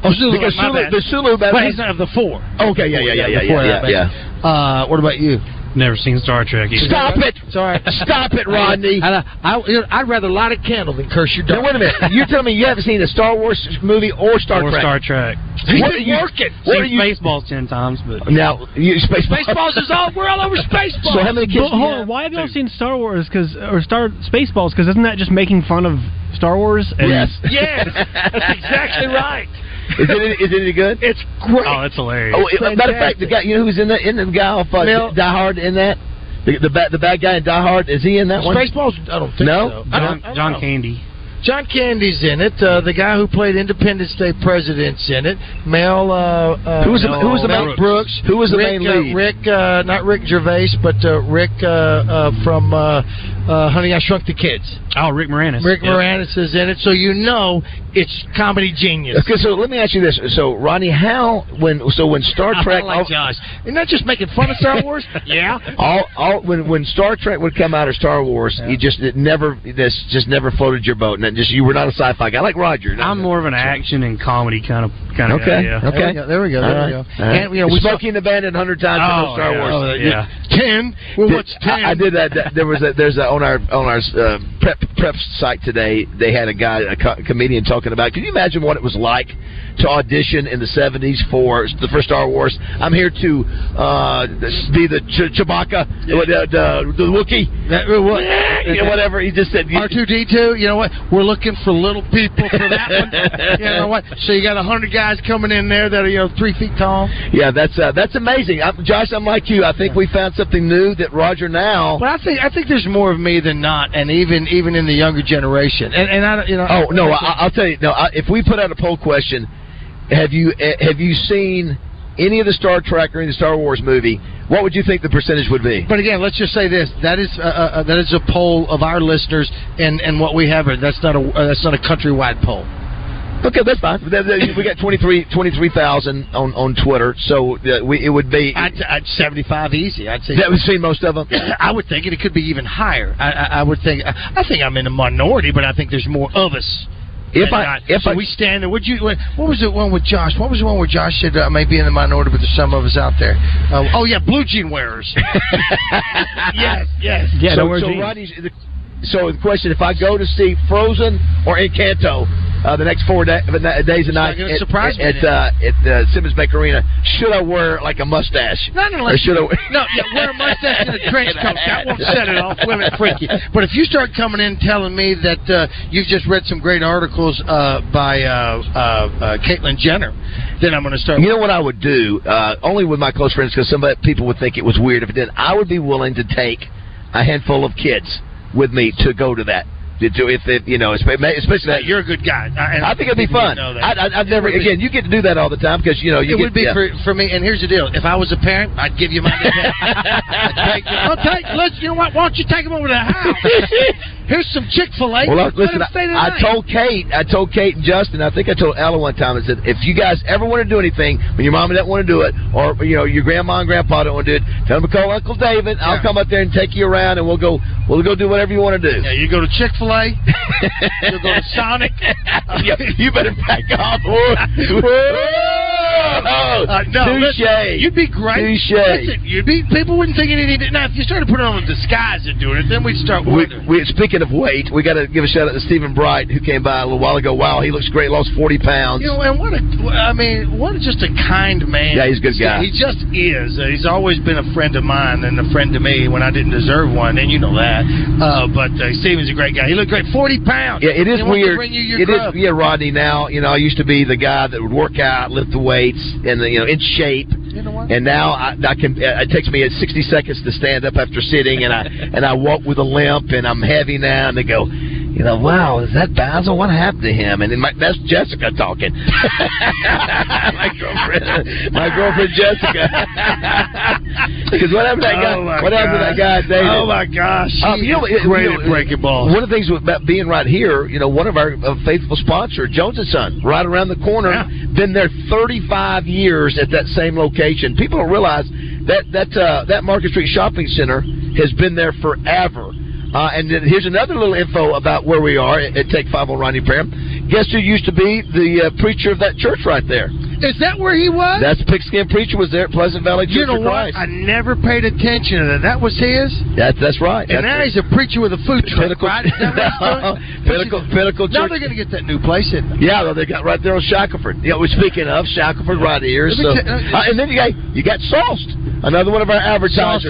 Speaker 3: Oh, Sulu.
Speaker 2: because
Speaker 3: my
Speaker 2: Sulu,
Speaker 3: bad.
Speaker 2: the Sulu.
Speaker 3: But he's not of the four.
Speaker 2: Okay, yeah, yeah, yeah, yeah,
Speaker 3: Before
Speaker 2: yeah,
Speaker 3: that,
Speaker 2: yeah,
Speaker 3: but- Uh, what about you?
Speaker 8: Never seen Star Trek. Either.
Speaker 2: Stop it!
Speaker 3: Sorry.
Speaker 2: Stop it, Rodney.
Speaker 3: I, I, I, would rather light a candle than curse your
Speaker 2: Now,
Speaker 3: dog.
Speaker 2: wait a minute. You tell me you haven't seen a Star Wars movie or Star
Speaker 8: or
Speaker 2: Trek?
Speaker 8: Star Trek.
Speaker 2: what are you working? What are
Speaker 8: Seen
Speaker 2: you?
Speaker 8: Spaceballs ten times, but
Speaker 2: Now you space
Speaker 3: Spaceballs is all. We're all over Spaceballs.
Speaker 2: So how many kids?
Speaker 7: But hold on, why have y'all seen Star Wars? Cause or Star Spaceballs? Because isn't that just making fun of Star Wars? And
Speaker 2: Yes.
Speaker 3: Yes, that's exactly right.
Speaker 2: Is it is it any good?
Speaker 3: It's great.
Speaker 8: oh, that's hilarious.
Speaker 2: Oh, it- matter of fact, the guy you know who's in that in the guy off uh,
Speaker 3: Mel-
Speaker 2: Die Hard in that the the bad, the bad guy in Die Hard is he in that one?
Speaker 3: Spaceballs? I don't think
Speaker 2: No?
Speaker 3: so. I
Speaker 8: John,
Speaker 3: don't- I don't
Speaker 8: John
Speaker 3: know.
Speaker 8: Candy.
Speaker 3: John Candy's in it. Uh, the guy who played Independence Day president's in it. Mel. Uh, uh,
Speaker 2: Who was the-
Speaker 3: Mel,
Speaker 2: who was the
Speaker 3: Mel
Speaker 2: main-
Speaker 3: Brooks?
Speaker 2: who was the
Speaker 3: Rick,
Speaker 2: main
Speaker 3: uh,
Speaker 2: lead?
Speaker 3: Rick, uh, not Rick Gervais, but uh, Rick uh, uh, from uh, uh, Honey I Shrunk the Kids.
Speaker 8: Oh, Rick Moranis.
Speaker 3: Rick
Speaker 8: Yep.
Speaker 3: Moranis is in it, so you know it's comedy genius.
Speaker 2: Okay, so let me ask you this. So, Ronnie, how when so when Star Trek
Speaker 3: I like Josh. You're not just making fun of Star Wars. Oh, yeah.
Speaker 2: all, all when when Star Trek would come out or Star Wars, you just it never this just never floated your boat, and it just you were not a sci-fi guy like Roger.
Speaker 8: I'm more of an action and comedy kind of kind of
Speaker 2: okay,
Speaker 8: guy. Yeah.
Speaker 2: okay.
Speaker 3: There we go. There we go.
Speaker 2: All
Speaker 3: There
Speaker 2: right,
Speaker 3: we go.
Speaker 2: all right.
Speaker 3: And you know we saw
Speaker 2: Smokey and the Bandit hundred times in
Speaker 8: Oh,
Speaker 2: those Star
Speaker 8: yeah.
Speaker 2: Wars.
Speaker 8: Oh, yeah.
Speaker 3: ten. Well,
Speaker 2: Did-
Speaker 3: what's ten?
Speaker 2: I, I did that, that- There was a, there's a, on our on our uh, prep prep site today. They had a guy, a co- comedian, talking about. Can you imagine what it was like to audition in the '70s for the first Star Wars? I'm here to uh, be the Ch- Chewbacca, the, the, the, the Wookie,
Speaker 3: That- well,
Speaker 2: Yeah, whatever. He just said,
Speaker 3: R two D two. You know what? We're we're looking for little people for that one. you know what? So you got a hundred guys coming in there that are you know three feet tall.
Speaker 2: Yeah, that's uh, that's amazing. I'm, Josh, I'm like you. I think we found something new that Roger now.
Speaker 3: But I think I think there's more of me than not, and even even in the younger generation. And and I don't- you know.
Speaker 2: Oh no,
Speaker 3: I,
Speaker 2: I, I'll tell you. No, I, if we put out a poll question, have you eh, have you seen any of the Star Trek or any of the Star Wars movie? What would you think the percentage would be?
Speaker 3: But again, let's just say this: that is uh, uh, that is a poll of our listeners, and and what we have. That's not a uh, that's not a countrywide poll.
Speaker 2: Okay, that's fine. Th- th- We got 23 23,000 on on Twitter, so uh, we, it would be.
Speaker 3: I'd, I'd 75 easy. I'd say
Speaker 2: That would see most of them.
Speaker 3: I would think it, it could be even higher. I, I, I would think. I I think I'm in a minority, but I think there's more of us.
Speaker 2: If
Speaker 3: than
Speaker 2: I-
Speaker 3: not.
Speaker 2: if
Speaker 3: so
Speaker 2: I-
Speaker 3: we stand there. Would you? What what was the one with Josh? What was the one where Josh said uh, maybe in the minority, but there's some of us out there? Uh, oh yeah, blue jean wearers. yes, yes.
Speaker 2: so, so Rodney's- the- so the question: If I go to see Frozen or Encanto uh, the next four da- uh, days and
Speaker 3: not
Speaker 2: nights
Speaker 3: gonna
Speaker 2: at,
Speaker 3: surprise me
Speaker 2: at,
Speaker 3: then.
Speaker 2: uh, at uh, Simmons Bank Arena, should I wear like a mustache?
Speaker 3: Not
Speaker 2: Or
Speaker 3: unless
Speaker 2: should I?
Speaker 3: no, yeah, wear a mustache and a trench coat. That won't set it off. Women freaky. But if you start coming in telling me that uh, you've just read some great articles uh, by uh, uh, uh, Caitlyn Jenner, then I'm going to start.
Speaker 2: You know what I would do? Uh, only with my close friends, because some uh, people would think it was weird if it did. I would be willing to take a handful of kids with me to go to that. To do if it, you know, espe- especially that.
Speaker 3: You're a good guy. and
Speaker 2: I think it'd be
Speaker 3: people
Speaker 2: fun.
Speaker 3: know that.
Speaker 2: I, I, I've never
Speaker 3: It would be-
Speaker 2: again. You get to do that all the time because you know you
Speaker 3: it
Speaker 2: get, uh,
Speaker 3: would be
Speaker 2: yeah.
Speaker 3: for, for me. And here's the deal: if I was a parent, I'd give you my. I'd take, I'll take. Let's. You know what? Why don't you take them over to the house? here's some Chick Fil A.
Speaker 2: Well, I, listen,
Speaker 3: stay the
Speaker 2: I,
Speaker 3: night.
Speaker 2: I told Kate, I told Kate and Justin, I think I told Ella one time, I said, if you guys ever want to do anything, when your mama doesn't want to do it, or, you know, your grandma and grandpa don't want to do it, tell them to call Uncle David. I'll come up there and take you around, and we'll go, we'll go do whatever you want to do.
Speaker 3: Yeah, you go to Chick Fil A. you go to Sonic.
Speaker 2: Yeah, you better back off. Whoa!
Speaker 3: Uh, no,
Speaker 2: Touche.
Speaker 3: listen, you'd be great.
Speaker 2: Touche.
Speaker 3: Listen, you'd be people wouldn't think anything. Now, if you started putting on a disguise and doing it, then we'd start
Speaker 2: We,
Speaker 3: wondering.
Speaker 2: we, speaking of weight, we got to give a shout out to Stephen Bright, who came by a little while ago. Wow, he looks great. Lost forty pounds.
Speaker 3: You know, and what a, I mean, what a- just a kind man.
Speaker 2: Yeah, he's a good guy.
Speaker 3: He just is. Uh, He's always been a friend of mine and a friend to me when I didn't deserve one, and you know that. Uh, but uh, Steven's a great guy. He looked great. 40 pounds.
Speaker 2: Yeah, it is
Speaker 3: He wants to
Speaker 2: weird.
Speaker 3: bring you your
Speaker 2: It is-
Speaker 3: grub.
Speaker 2: yeah, Rodney. Now you know I used to be the guy that would work out, lift the weights, and you know in shape.
Speaker 3: You know what?
Speaker 2: And now I, I can. It takes me 60 seconds to stand up after sitting, and I and I walk with a limp, and I'm heavy now. And they go, you know, wow, is that Basil? What happened to him? And then my, that's Jessica talking. my girlfriend, my girlfriend Jessica. Because what happened to that guy?
Speaker 3: Oh, my
Speaker 2: what happened to that guy?
Speaker 3: God.
Speaker 2: David?
Speaker 3: Oh, my gosh.
Speaker 2: Um,
Speaker 3: He's
Speaker 2: you know, it-
Speaker 3: great
Speaker 2: you know,
Speaker 3: at breaking balls.
Speaker 2: One of the things about being right here, you know, one of our uh, faithful sponsor, Jones and Son, right around the corner,
Speaker 3: Yeah.
Speaker 2: been there 35 years at that same location. People don't realize that that uh, that Market Street Shopping Center has been there forever. Uh, and then here's another little info about where we are at, at Take Five on Ronnie Perham. Guess who used to be the uh, preacher of that church right there?
Speaker 3: Is that where he was?
Speaker 2: That's Pigskin Preacher was there at Pleasant Valley
Speaker 3: you
Speaker 2: Church
Speaker 3: know
Speaker 2: of
Speaker 3: what?
Speaker 2: Christ.
Speaker 3: I never paid attention to that. That was his?
Speaker 2: That's that's right.
Speaker 3: And now he's
Speaker 2: that's
Speaker 3: a preacher with a food truck,
Speaker 2: Pinnacle-
Speaker 3: right? Is that what he's doing?
Speaker 2: Pinnacle- Pinnacle
Speaker 3: Now
Speaker 2: Church.
Speaker 3: they're going to get that new place in.
Speaker 2: Yeah, well, they got right there on Shackelford. Yeah, we're speaking of Shackelford right here.
Speaker 3: Let me
Speaker 2: So,
Speaker 3: tell- uh,
Speaker 2: uh, and then you got you got Sauced, another one of our advertisers,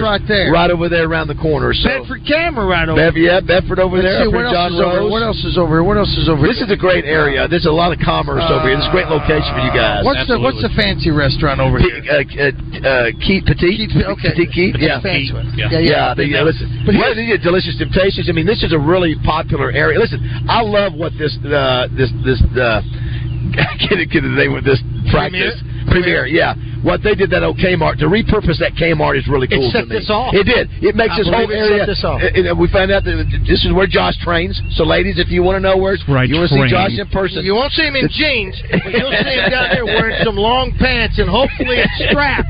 Speaker 3: Sauced right there.
Speaker 2: right over there around the corner. So,
Speaker 3: Bedford camera right over.
Speaker 2: Bedford, yeah, Bedford over
Speaker 3: Let's see,
Speaker 2: there. up
Speaker 3: what
Speaker 2: in
Speaker 3: else
Speaker 2: John
Speaker 3: is over here?
Speaker 2: Rose.
Speaker 3: What else is over here? What else is over
Speaker 2: This
Speaker 3: here?
Speaker 2: is a great area. There's a lot of commerce over here. This is a great location for you guys.
Speaker 3: What's the What's the fancy restaurant over
Speaker 2: P-
Speaker 3: here?
Speaker 2: uh, uh, uh, Keith Petit?
Speaker 3: okay.
Speaker 2: Petit Keith?
Speaker 3: That's
Speaker 2: Yeah.
Speaker 3: fancy one.
Speaker 8: Yeah.
Speaker 2: Yeah, the,
Speaker 3: been
Speaker 2: yeah
Speaker 3: there.
Speaker 2: listen.
Speaker 3: But
Speaker 2: But
Speaker 3: here's-
Speaker 2: what the delicious temptations? I mean, this is a really popular area. Listen, I love what this uh, this this uh, I can't even get the name of this practice
Speaker 3: Premier?
Speaker 2: premier. Yeah, what they did that old Kmart to repurpose that Kmart is really
Speaker 3: It
Speaker 2: cool.
Speaker 3: set
Speaker 2: to me.
Speaker 3: this off.
Speaker 2: It did. It makes
Speaker 3: I
Speaker 2: this whole
Speaker 3: believe it set
Speaker 2: area.
Speaker 3: this off.
Speaker 2: and- and we found out that this is where Josh trains. So, ladies, if you want to know where it's-
Speaker 7: Right,
Speaker 2: you want to see
Speaker 7: train.
Speaker 2: Josh in person,
Speaker 3: You won't see him in jeans, but you'll see him down there wearing some long pants and hopefully a strap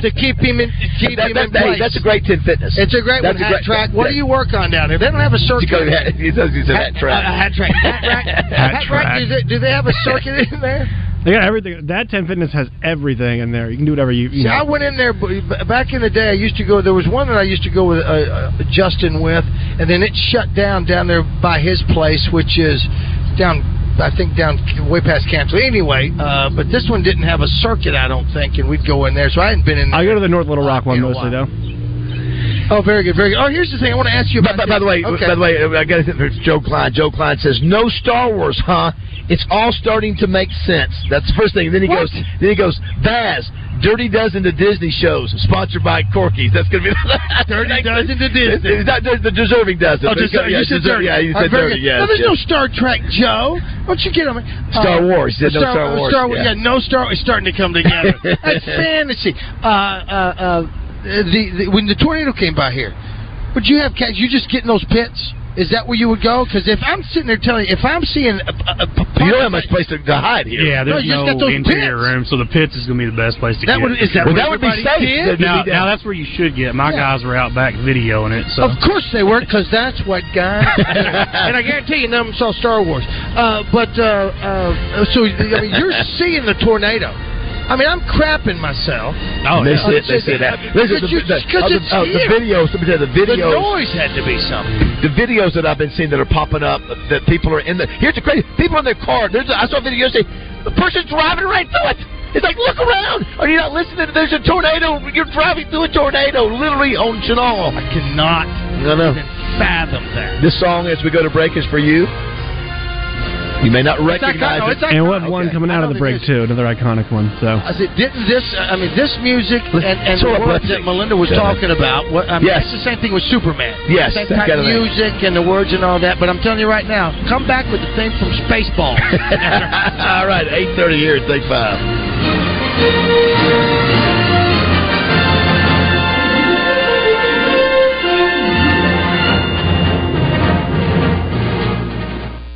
Speaker 3: to keep him in keep
Speaker 2: That-
Speaker 3: him
Speaker 2: that-
Speaker 3: in
Speaker 2: hey,
Speaker 3: place.
Speaker 2: that's a great ten fitness.
Speaker 3: it's a great
Speaker 2: that's
Speaker 3: one.
Speaker 2: a
Speaker 3: hat
Speaker 2: great-
Speaker 3: track. What
Speaker 2: that-
Speaker 3: do you work on down there? They don't have a
Speaker 2: He
Speaker 3: circuit.
Speaker 2: goes, he does. He says hat track.
Speaker 3: A hat track. Hat rack. Hat rack. Do they, do they have a circuit in there?
Speaker 7: They got everything. That 10 Fitness has everything in there. You can do whatever you. you
Speaker 3: See,
Speaker 7: know.
Speaker 3: I went in there b- b- back in the day. I used to go. There was one that I used to go with uh, uh, Justin with, and then it shut down down there by his place, which is down, I think, down way past Campbell. Anyway, uh, but this one didn't have a circuit, I don't think, and we'd go in there. So I hadn't been in.
Speaker 7: I go to the North Little Rock one
Speaker 3: You know
Speaker 7: mostly
Speaker 3: why.
Speaker 7: though.
Speaker 3: Oh, very good, very good. Oh, here's the thing I want to ask you
Speaker 2: By,
Speaker 3: about.
Speaker 2: by, by the way,
Speaker 3: Okay.
Speaker 2: by the way, I got to think there's Joe Klein. Joe Klein says, "No Star Wars, huh? It's all starting to make sense." That's the first thing. Then he goes, then he goes, Vaz, Dirty Dozen to Disney shows, sponsored by Corky's. That's going to be Dirty Dozen to Disney. It's not the deserving dozen.
Speaker 3: Oh,
Speaker 2: But it's
Speaker 3: deser-
Speaker 2: gonna- yeah,
Speaker 3: you said
Speaker 2: deser-
Speaker 3: dirty.
Speaker 2: Yeah, he
Speaker 3: All right,
Speaker 2: said
Speaker 3: very
Speaker 2: dirty.
Speaker 3: good.
Speaker 2: Yes,
Speaker 3: no, there's
Speaker 2: yes.
Speaker 3: no Star Trek, Joe. Don't you get him? Uh,
Speaker 2: Star Wars. He said no Star Wars. Yeah.
Speaker 3: No Star Wars. Starting to come together. That's fantasy. Uh, uh, uh, the, the, when the tornado came by here, would you have cats? You just get in those pits? Is that where you would go? Because if I'm sitting there telling you, if I'm seeing a, a, a
Speaker 2: You don't have much place to, to hide here.
Speaker 8: Yeah,
Speaker 3: No,
Speaker 8: there's
Speaker 3: you just
Speaker 8: no,
Speaker 3: got those
Speaker 8: interior room, so the pits is going to be the best place to get.
Speaker 3: That would- is that
Speaker 2: Well, that would be safe. That'd be
Speaker 8: now,
Speaker 2: down.
Speaker 8: now that's where you should get. My guys were out back videoing it, so
Speaker 3: Of course they were, because that's what guys. and I guarantee you, none of them saw Star Wars. Uh, but uh, uh, so I mean, you're seeing the tornado. I mean, I'm crapping myself. Uh,
Speaker 8: Oh,
Speaker 2: they
Speaker 8: yeah.
Speaker 2: said they said that. Listen,
Speaker 3: But
Speaker 2: the,
Speaker 3: you-
Speaker 2: the,
Speaker 3: because
Speaker 2: oh, the,
Speaker 3: it's
Speaker 2: oh, the
Speaker 3: here.
Speaker 2: videos. Somebody said the
Speaker 3: The
Speaker 2: videos.
Speaker 3: noise had to be something.
Speaker 2: the videos that I've been seeing that are popping up that people are in the here's the crazy people in their car. There's a, I saw a video yesterday. The person's driving right through it. It's like look around. Are you not listening? There's a tornado. You're driving through a tornado, literally on Chenal.
Speaker 3: I cannot
Speaker 2: No, no.
Speaker 3: fathom that.
Speaker 2: This song as we go to break is for you. You may not
Speaker 3: It's iconic.
Speaker 2: recognize
Speaker 3: No,
Speaker 2: it.
Speaker 3: it's iconic.
Speaker 7: And we'll have one
Speaker 2: Okay.
Speaker 7: coming out
Speaker 3: I know
Speaker 7: of the
Speaker 3: they
Speaker 7: break too,
Speaker 3: do.
Speaker 7: another iconic one. So
Speaker 3: I said, didn't this? I mean, this music and, and
Speaker 2: Sort
Speaker 3: the
Speaker 2: of
Speaker 3: words that
Speaker 2: blessing.
Speaker 3: Melinda was
Speaker 2: Yeah.
Speaker 3: talking about. What, I mean,
Speaker 2: Yes.
Speaker 3: that's the same thing with Superman.
Speaker 2: Yes,
Speaker 3: same
Speaker 2: that
Speaker 3: type
Speaker 2: kind
Speaker 3: of
Speaker 2: of thing.
Speaker 3: music and the words and all that. But I'm telling you right now, come back with the thing from Spaceballs.
Speaker 2: All right, 8.30 here at Take 5.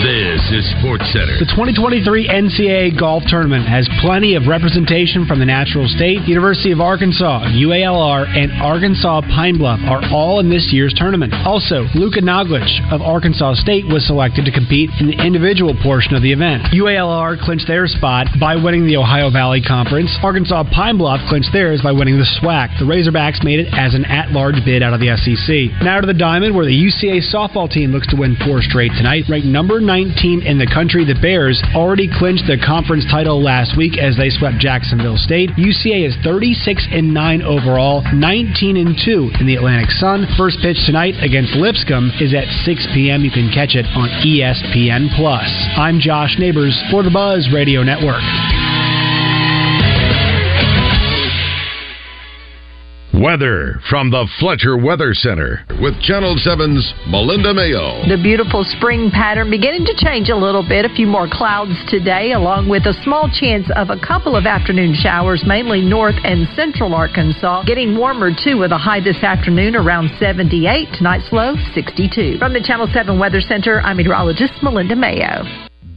Speaker 1: This is Sports Center.
Speaker 9: The 2023 NCAA Golf Tournament has plenty of representation from the Natural State, University of Arkansas, UALR, and Arkansas Pine Bluff are all in this year's tournament. Also, Luka Naglich of Arkansas State was selected to compete in the individual portion of the event. UALR clinched their spot by winning the Ohio Valley Conference. Arkansas Pine Bluff clinched theirs by winning the SWAC. The Razorbacks made it as an at-large bid out of the SEC. Now to the Diamond, where the UCA softball team looks to win four straight tonight. Ranked number 19 in the country, the Bears already clinched the conference title last week as they swept Jacksonville State. UCA is 36 and 9 overall, 19 and 2 in the Atlantic Sun. First pitch tonight against Lipscomb is at 6 p.m. You can catch it on E ESPN Plus. I'm Josh Neighbors for the Buzz Radio Network.
Speaker 1: Weather from the Fletcher Weather Center with Channel 7's Melinda Mayo.
Speaker 10: The beautiful spring pattern beginning to change a little bit. A few more clouds today, along with a small chance of a couple of afternoon showers, mainly north and central Arkansas. Getting warmer too, with a high this afternoon around 78. Tonight's low 62. From the Channel 7 Weather Center, I'm meteorologist Melinda Mayo.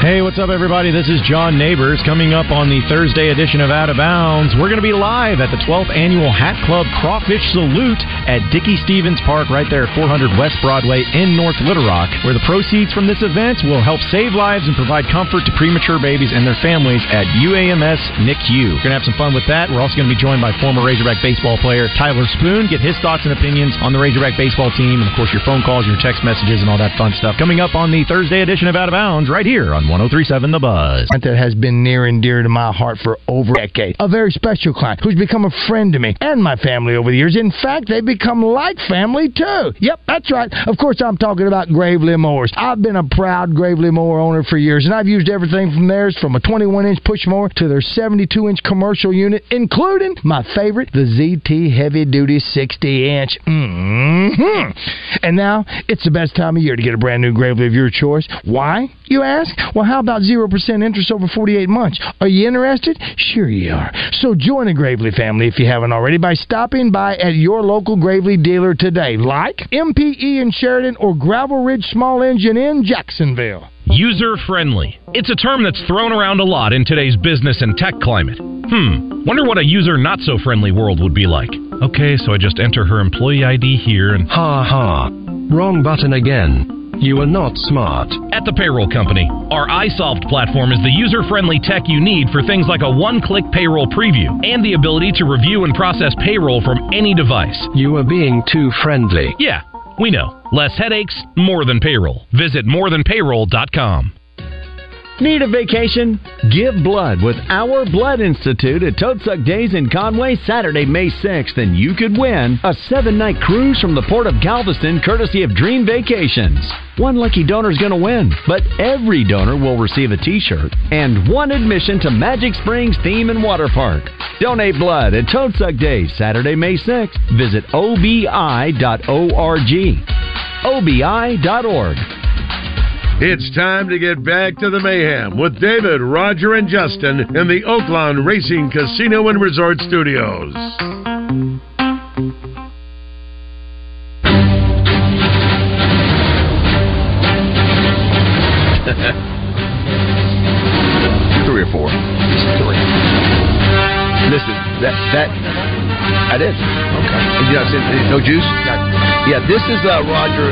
Speaker 11: Hey, what's up, everybody? This is John Neighbors. Coming up on the Thursday edition of Out of Bounds, we're going to be live at the 12th annual Hat Club Crawfish Salute at Dickie Stevens Park, right there at 400 West Broadway in North Little Rock, where the proceeds from this event will help save lives and provide comfort to premature babies and their families at UAMS NICU. We're going to have some fun with that. We're also going to be joined by former Razorback baseball player Tyler Spoon. Get his thoughts and opinions on the Razorback baseball team, and of course, your phone calls, your text messages, and all that fun stuff. Coming up on the Thursday edition of Out of Bounds, right here on 1037 The Buzz.
Speaker 12: That has been near and dear to my heart for over a decade. A very special client who's become a friend to me and my family over the years. In fact, they've become like family too. Yep, that's right. Of course, I'm talking about Gravely Mowers. I've been a proud Gravely Mower owner for years, and I've used everything from theirs from a 21 inch push mower to their 72 inch commercial unit, including my favorite, the ZT Heavy Duty 60 inch. hmm And now it's the best time of year to get a brand new Gravely of your choice. Why, you ask? Well, how about 0% interest over 48 months? Are you interested? Sure you are. So join the Gravely family if you haven't already by stopping by at your local Gravely dealer today, like MPE in Sheridan or Gravel Ridge Small Engine in Jacksonville.
Speaker 13: User friendly. It's a term that's thrown around a lot in today's business and tech climate. Hmm, wonder what a user not so friendly world would be like. Okay, so I just enter her employee ID here and. Ha ha. Wrong button again.
Speaker 14: You are not smart.
Speaker 13: At the payroll company, our iSolved platform is the user friendly tech you need for things like a one click payroll preview and the ability to review and process payroll from any device.
Speaker 14: You are being too friendly.
Speaker 13: Yeah, we know. Less headaches, more than payroll. Visit morethanpayroll.com.
Speaker 15: Need a vacation? Give blood with our Blood Institute at Toadsuck Days in Conway Saturday, May 6th, and you could win a seven night cruise from the port of Galveston courtesy of Dream Vacations. One lucky donor is going to win, but every donor will receive a t shirt and one admission to Magic Springs Theme and Water Park. Donate blood at Toadsuck Days Saturday, May 6th. Visit obi.org. obi.org.
Speaker 1: It's time to get back to the mayhem with David, Roger, and Justin in the Oakland Racing Casino and Resort Studios.
Speaker 2: Three or four. Three. Listen, that that I did. Okay. You know, I said, no juice. Yeah, this is uh, Roger.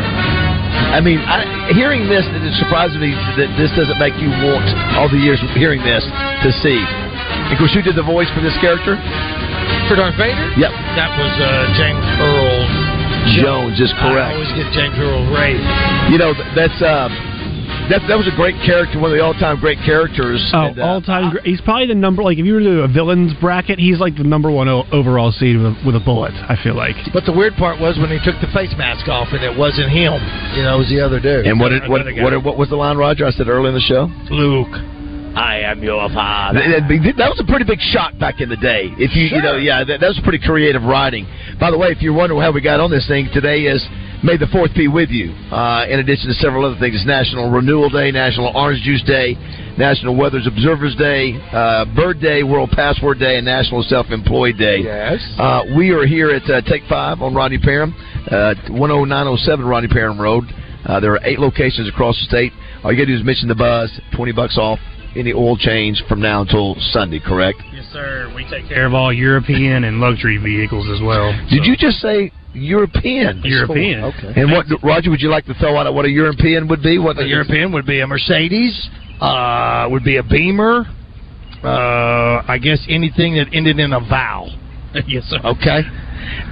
Speaker 2: I mean, I, hearing this, it surprises me that this doesn't make you want all the years of hearing this to see. Of course, you did the voice for this character.
Speaker 3: For Darth Vader?
Speaker 2: Yep.
Speaker 3: That was uh, James Earl
Speaker 2: Jones is
Speaker 3: I
Speaker 2: correct.
Speaker 3: always get James Earl Ray.
Speaker 2: You know, th- that's uh, that that was a great character, one of the all-time great characters.
Speaker 7: Oh,
Speaker 2: And, uh,
Speaker 7: all time. gr he's probably the number. Like if you were to do a villains bracket, he's like the number one o- overall seed with, a- with a bullet. I feel like.
Speaker 3: But the weird part was when he took the face mask off and it wasn't him. You know, it was the other dude.
Speaker 2: and what did, what,
Speaker 3: Another guy.
Speaker 2: what what was the line, Roger? I said early in the show.
Speaker 3: Luke, I am your father.
Speaker 2: That- That that was a pretty big shock back in the day. If you you know, yeah, that, that was pretty creative writing. By the way, if you're wondering how we got on this thing, today is May the Fourth be with you. Uh, in addition to several other things, it's National Renewal Day, National Orange Juice Day, National Weather's Observers Day, uh, Bird Day, World Password Day, and National Self-Employed Day.
Speaker 16: Yes.
Speaker 2: Uh, we are here at uh, Take Five on Rodney Parham, uh, 10907 Rodney Parham Road. Uh, there are eight locations across the state. All you got to do is mention the buzz, 20 bucks off any oil change from now until Sunday, correct?
Speaker 8: Yes, sir. We take care of all European and luxury vehicles as well.
Speaker 2: Did you just say European?
Speaker 8: European.
Speaker 2: Okay. And what, Roger, would you like to throw out what a European would be? What
Speaker 3: A European would be a Mercedes, uh, would be a Beamer, uh, I guess anything that ended in a vowel. yes, sir.
Speaker 2: Okay.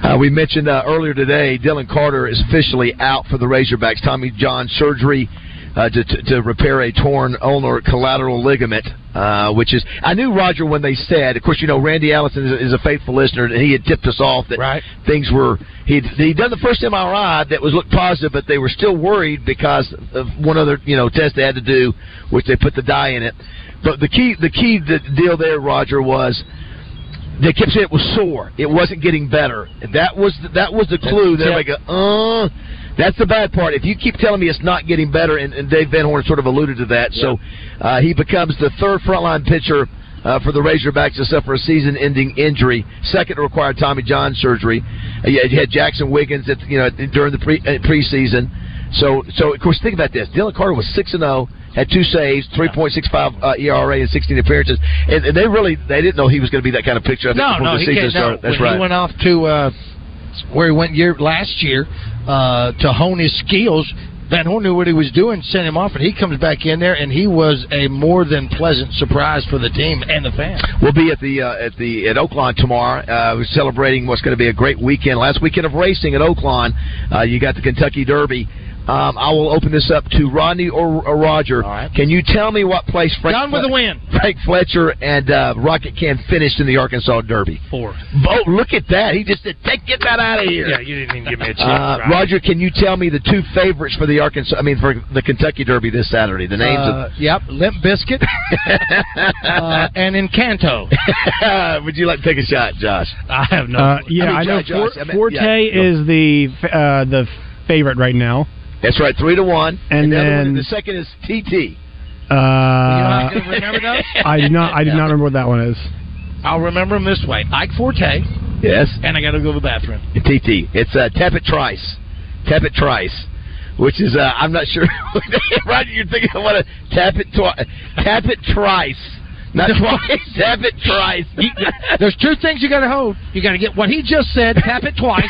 Speaker 2: Uh, we mentioned uh, earlier today, Dylan Carter is officially out for the Razorbacks. Tommy John surgery uh, to, to, to repair a torn ulnar collateral ligament, uh, which is I knew Roger when they said. Of course, you know Randy Allison is, is a faithful listener, and he had tipped us off that things were he'd, he'd done the first MRI that was looked positive, but they were still worried because of one other you know test they had to do, which they put the dye in it. But the key the key the deal there, Roger, was they kept saying it was sore. It wasn't getting better. That was the, that was the clue. They're like, uh, that's the bad part. If you keep telling me it's not getting better, and, and Dave Van Horn sort of alluded to that, so uh, he becomes the third frontline pitcher uh, for the Razorbacks to suffer a season-ending injury, second to require Tommy John surgery. Uh, you had- you had Jackson Wiggins at you know during the pre, uh, preseason. So so of course think about this. Dylan Carter was six and zero. Had two saves, 3.65 uh, ERA, and 16 appearances, and, and they really they didn't know he was going to be that kind of pitcher. I think,
Speaker 3: No,
Speaker 2: before
Speaker 3: no,
Speaker 2: the
Speaker 3: he
Speaker 2: season
Speaker 3: can't. No.
Speaker 2: started. That's
Speaker 3: when
Speaker 2: right.
Speaker 3: he went off to uh, where he went year last year uh, to hone his skills. Van Horn knew what he was doing, sent him off, and he comes back in there, and he was a more than pleasant surprise for the team and the fans.
Speaker 2: We'll be at the uh, at the at Oaklawn tomorrow. Uh, we're celebrating what's going to be a great weekend. Last weekend of racing at Oaklawn, uh, you got the Kentucky Derby. Um, I will open this up to Rodney or, or Roger. Can you tell me what place Frank
Speaker 3: Done with a win.
Speaker 2: Frank Fletcher and uh, Rocket Can finished in the Arkansas Derby?
Speaker 3: Fourth.
Speaker 2: Oh, look at that! He just said, "Take get that out of here."
Speaker 3: Yeah, you didn't even give me a chance.
Speaker 2: Uh,
Speaker 3: Roger.
Speaker 2: Roger, can you tell me the two favorites for the Arkansas? I mean, for the Kentucky Derby this Saturday. The names
Speaker 3: Uh, yep, Limp Biscuit uh, and Encanto.
Speaker 2: of. Would you like to take a shot, Josh?
Speaker 3: I have
Speaker 7: Uh, yeah, I,
Speaker 2: mean,
Speaker 7: know.
Speaker 2: Josh,
Speaker 7: For-
Speaker 2: I mean,
Speaker 7: Forte
Speaker 2: yeah, you know.
Speaker 7: is the f- uh, the favorite right now.
Speaker 2: That's right, three to one.
Speaker 7: And
Speaker 2: the other one,
Speaker 7: then
Speaker 2: the second is TT.
Speaker 7: uh,
Speaker 3: not gonna remember those?
Speaker 7: I do not. I do not remember what that one is.
Speaker 3: I'll remember him this way: Ike Forte.
Speaker 2: Yes.
Speaker 3: And I got to go to the bathroom.
Speaker 2: TT. It's uh, Tappet Trice. Tappet Trice. Which is, uh, I'm not sure. Roger, you're thinking I want to tap it twice. Tap it Trice. Not twice. Tap it twice.
Speaker 3: There's two things you got to hold. You got to get what he just said. Tap it twice,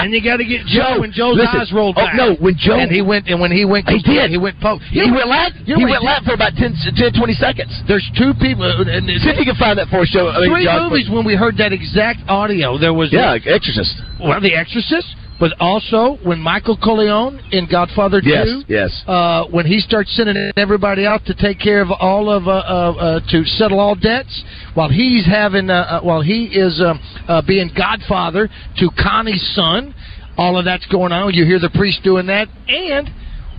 Speaker 3: and you got to get Joe.
Speaker 2: Joe,
Speaker 3: and Joe's
Speaker 2: listen.
Speaker 3: eyes rolled
Speaker 2: Oh,
Speaker 3: back.
Speaker 2: no, when Joe-
Speaker 3: and he went and when he went,
Speaker 2: He did.
Speaker 3: He went poke. You
Speaker 2: he
Speaker 3: know
Speaker 2: went
Speaker 3: what-
Speaker 2: lap.
Speaker 3: you
Speaker 2: he
Speaker 3: know what did?
Speaker 2: went lap for about 10, 10, 20 seconds.
Speaker 3: There's two people. And,
Speaker 2: See if you can find that for show. I mean,
Speaker 3: Three
Speaker 2: John,
Speaker 3: movies when we heard that exact audio. There was
Speaker 2: Yeah,
Speaker 3: the-
Speaker 2: Exorcist.
Speaker 3: Well, The Exorcist, but also when Michael Corleone in Godfather
Speaker 2: Yes,
Speaker 3: Two.
Speaker 2: yes.
Speaker 3: Uh, when he starts sending everybody out to take care of all of uh, uh, uh, to settle all debts, while he's having uh, uh, while he is um, uh, being godfather to Connie's son, all of that's going on. You hear the priest doing that, and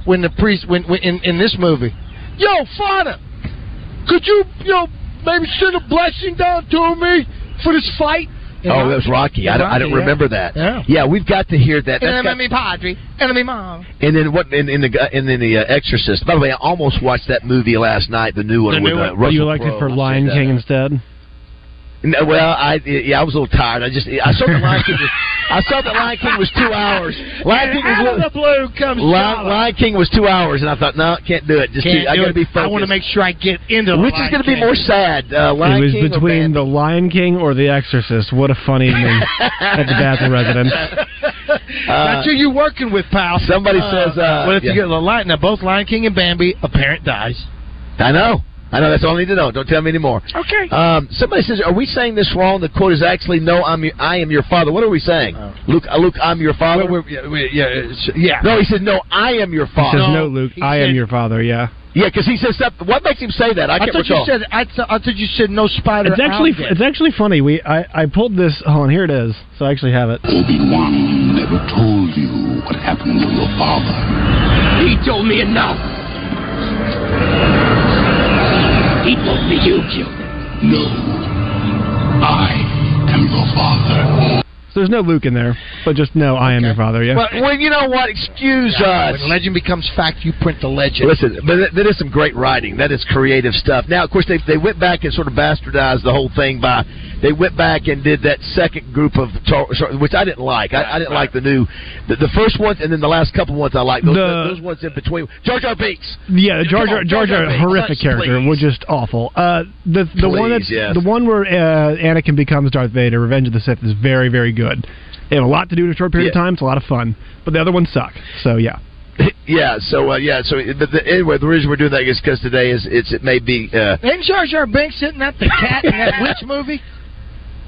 Speaker 3: when the priest when, when in, in this movie,
Speaker 2: Oh,
Speaker 3: yo, father, could you you know maybe send a blessing down to me for this fight?
Speaker 2: Oh, that was Rocky. I don't, I don't
Speaker 3: Rocky, yeah.
Speaker 2: remember that.
Speaker 3: Yeah.
Speaker 2: we've got to hear that. That's got-
Speaker 3: Padre, enemy mom.
Speaker 2: And then what? In, in the gu- and then the uh, Exorcist. By the way, I almost watched that movie last night, the new one
Speaker 7: Do
Speaker 2: with Uh, Russell
Speaker 7: you elected
Speaker 2: Crowe.
Speaker 7: for Lion King instead?
Speaker 2: No, well, I yeah, I was a little tired. I just I saw the Lion King. Was, I saw the Lion King was two hours. Lion King was one-
Speaker 3: the blue comes
Speaker 2: Lion, Lion King was two hours, and I thought, no, can't do it. Just
Speaker 3: Can't
Speaker 2: too, I
Speaker 3: do
Speaker 2: got to
Speaker 3: it.
Speaker 2: be focused.
Speaker 3: I wanna make sure I get into the
Speaker 2: Which
Speaker 3: Lion
Speaker 2: is going to be
Speaker 3: King.
Speaker 2: more sad, uh, Lion
Speaker 7: it was
Speaker 2: King or
Speaker 7: between the Lion King or the Exorcist. What a funny evening at the Bathroom Residence.
Speaker 3: That's who you working with, pal.
Speaker 2: Uh, Somebody says, uh,
Speaker 3: "What if you
Speaker 2: yeah.
Speaker 3: get the light?" Now both Lion King and Bambi, a parent dies.
Speaker 2: I know. I know. That's all I need to know. Don't tell me anymore.
Speaker 3: Okay.
Speaker 2: Um, somebody says, "Are we saying this wrong?" The quote is actually, "No, I'm your, I am your father." What are we saying? Luke, uh, Luke, I'm your father. yeah,
Speaker 3: Oh. yeah.
Speaker 2: No, he said, "No, I am your
Speaker 7: He
Speaker 2: father."
Speaker 7: says, "No, Luke, I am your father." Yeah.
Speaker 2: Yeah, because he says something. What makes him say that? I,
Speaker 3: I,
Speaker 2: can't
Speaker 3: thought
Speaker 2: recall.
Speaker 3: you said. I, th- I thought you said no spider.
Speaker 7: It's actually
Speaker 3: alligator.
Speaker 7: it's actually funny. We I, I pulled this. Hold on, here it is. So I actually have it.
Speaker 8: Obi-Wan never told you what happened to your father. He told me enough. He told me you killed him. No. I am your father.
Speaker 7: So there's no Luke in there, but just no, I am your father. Yeah.
Speaker 2: Well, well, you know what? Excuse
Speaker 3: Yeah,
Speaker 2: us.
Speaker 3: When legend becomes fact, you print the legend.
Speaker 2: Listen, but that, that is some great writing. That is creative stuff. Now, of course, they they went back and sort of bastardized the whole thing by they went back and did that second group of tar- sor- which I didn't like. I, I didn't like the new the, the first ones and then the last couple ones I liked. Those,
Speaker 7: The-
Speaker 2: those ones in between. Jar Jar Binks.
Speaker 7: Yeah, the Jar
Speaker 2: Come
Speaker 7: Jar,
Speaker 2: on,
Speaker 7: Jar Jar,
Speaker 2: Binks.
Speaker 7: horrific
Speaker 2: Please.
Speaker 7: character, was just awful. Uh, the the one that's
Speaker 2: Please, yes.
Speaker 7: the one where uh, Anakin becomes Darth Vader, Revenge of the Sith, is very very good. They have a lot to do in a short period
Speaker 2: Yeah.
Speaker 7: of time. It's a lot of fun, but the other ones suck. So yeah,
Speaker 2: Yeah. So uh, yeah. So but the, anyway, the reason we're doing that is because today is it's it may be. Uh,
Speaker 3: Ain't Jar Jar Binks isn't that the cat in that witch movie?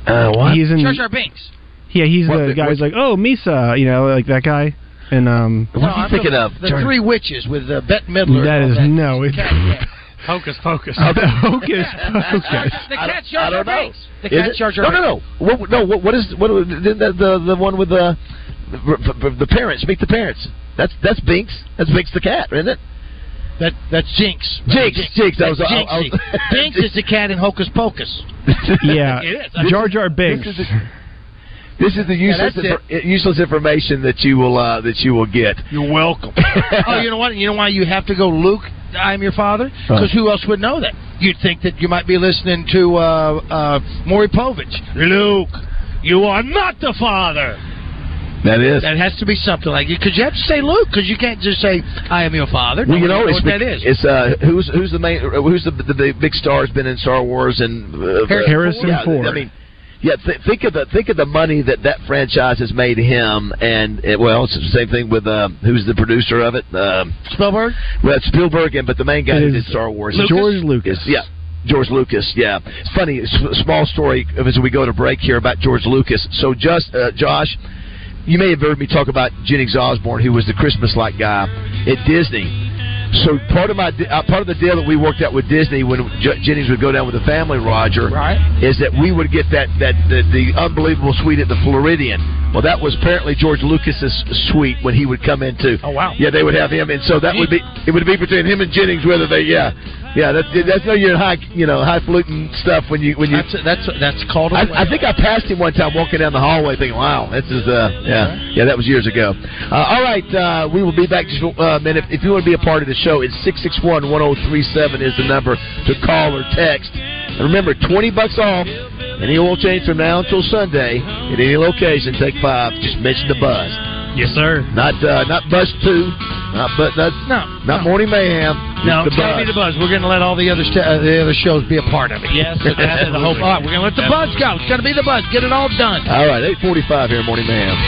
Speaker 2: uh, what?
Speaker 7: he's in.
Speaker 3: Jar Jar Binks.
Speaker 7: Yeah, he's
Speaker 3: What
Speaker 7: the,
Speaker 3: the-
Speaker 7: guy who's like, oh Misa, you know, like that guy. And um,
Speaker 3: No, I'm talking- The three witches with uh, Bette Midler.
Speaker 7: That is no. It,
Speaker 3: Hocus Pocus.
Speaker 7: Hocus
Speaker 3: Pocus. The
Speaker 2: I don't-
Speaker 3: cat's Jar
Speaker 2: I
Speaker 3: Jar
Speaker 2: don't know.
Speaker 3: Binks. The
Speaker 2: Is
Speaker 3: cat's
Speaker 2: it?
Speaker 3: Jar Jar
Speaker 2: No,
Speaker 3: Binks.
Speaker 2: no, no. What, no, what, what is what the, the- the the one with the the, the parents? Meet the parents. That's that's Binks. That's Binks the cat, isn't it?
Speaker 3: That that's Jinx.
Speaker 2: Jinx, Jinx. That was
Speaker 3: That's
Speaker 2: I- I was-
Speaker 3: Jinxie. Binks is the cat in Hocus Pocus.
Speaker 7: yeah,
Speaker 3: It is.
Speaker 7: Jar Jar Binks.
Speaker 2: This is the, this is the useless
Speaker 3: that's
Speaker 2: infor- useless information that you will uh, that you will get.
Speaker 3: You're welcome. oh, you know what? You know why you have to go, Luke? I'm your father.
Speaker 2: Right.
Speaker 3: Because who else would know that? You'd think that you might be listening to uh, uh, Maury Povich. Luke, you are not the father.
Speaker 2: That is.
Speaker 3: That has to be something like it. Because you have to say Luke. Because you can't just say I am your father.
Speaker 2: Well,
Speaker 3: Nobody
Speaker 2: you know,
Speaker 3: knows
Speaker 2: it's,
Speaker 3: what
Speaker 2: bec-
Speaker 3: that is.
Speaker 2: it's uh, who's who's the main who's the, the, the big star has been in Star Wars and uh,
Speaker 3: Harrison Harrison
Speaker 2: yeah,
Speaker 3: Ford.
Speaker 2: I mean, yeah, th- think of the think of the money that that franchise has made him, and it, well, it's the same thing with um, who's the producer of it, um,
Speaker 3: Spielberg.
Speaker 2: Well, it's Spielberg, and but the main guy
Speaker 7: It
Speaker 2: who
Speaker 7: is
Speaker 2: did Star Wars,
Speaker 7: Lucas? George Lucas.
Speaker 2: Is, yeah. George Lucas, yeah. It's funny, s- small story as we go to break here about George Lucas. So, just uh, Josh, you may have heard me talk about Jennings Osborne, who was the Christmas light guy at Disney. So part of my uh, part of the deal that we worked out with Disney when J- Jennings would go down with the family, Roger,
Speaker 3: right.
Speaker 2: is that we would get that that the, the unbelievable suite at the Floridian. Well, that was apparently George Lucas's suite when he would come into. Oh wow! Yeah, they would have him, and so that would be it would be between him and Jennings whether they yeah yeah that's that's no your high you know highfalutin stuff when you when you
Speaker 3: that's that's that's called.
Speaker 2: I, I think I passed him one time walking down the hallway, thinking, "Wow, this is uh, yeah, yeah, that was years ago." Uh, all right, uh, we will be back just uh, a minute. If you want to be a part of the show, it's 661-1037 is the number to call or text. And remember, twenty bucks off any oil change from now until Sunday at any location. Take five. Just mention the buzz.
Speaker 17: Yes, sir.
Speaker 2: Not uh, not bus two. Not but not
Speaker 3: no,
Speaker 2: not morning mayhem.
Speaker 8: No,
Speaker 18: The
Speaker 8: it's got to be the buzz. We're going to let all the other st- uh, the other shows be a part of it. Yes, the whole. All right, we're going to let the buzz go. It's got to be the buzz. Get it all done.
Speaker 18: All right, 845 here, Morning Mayhem.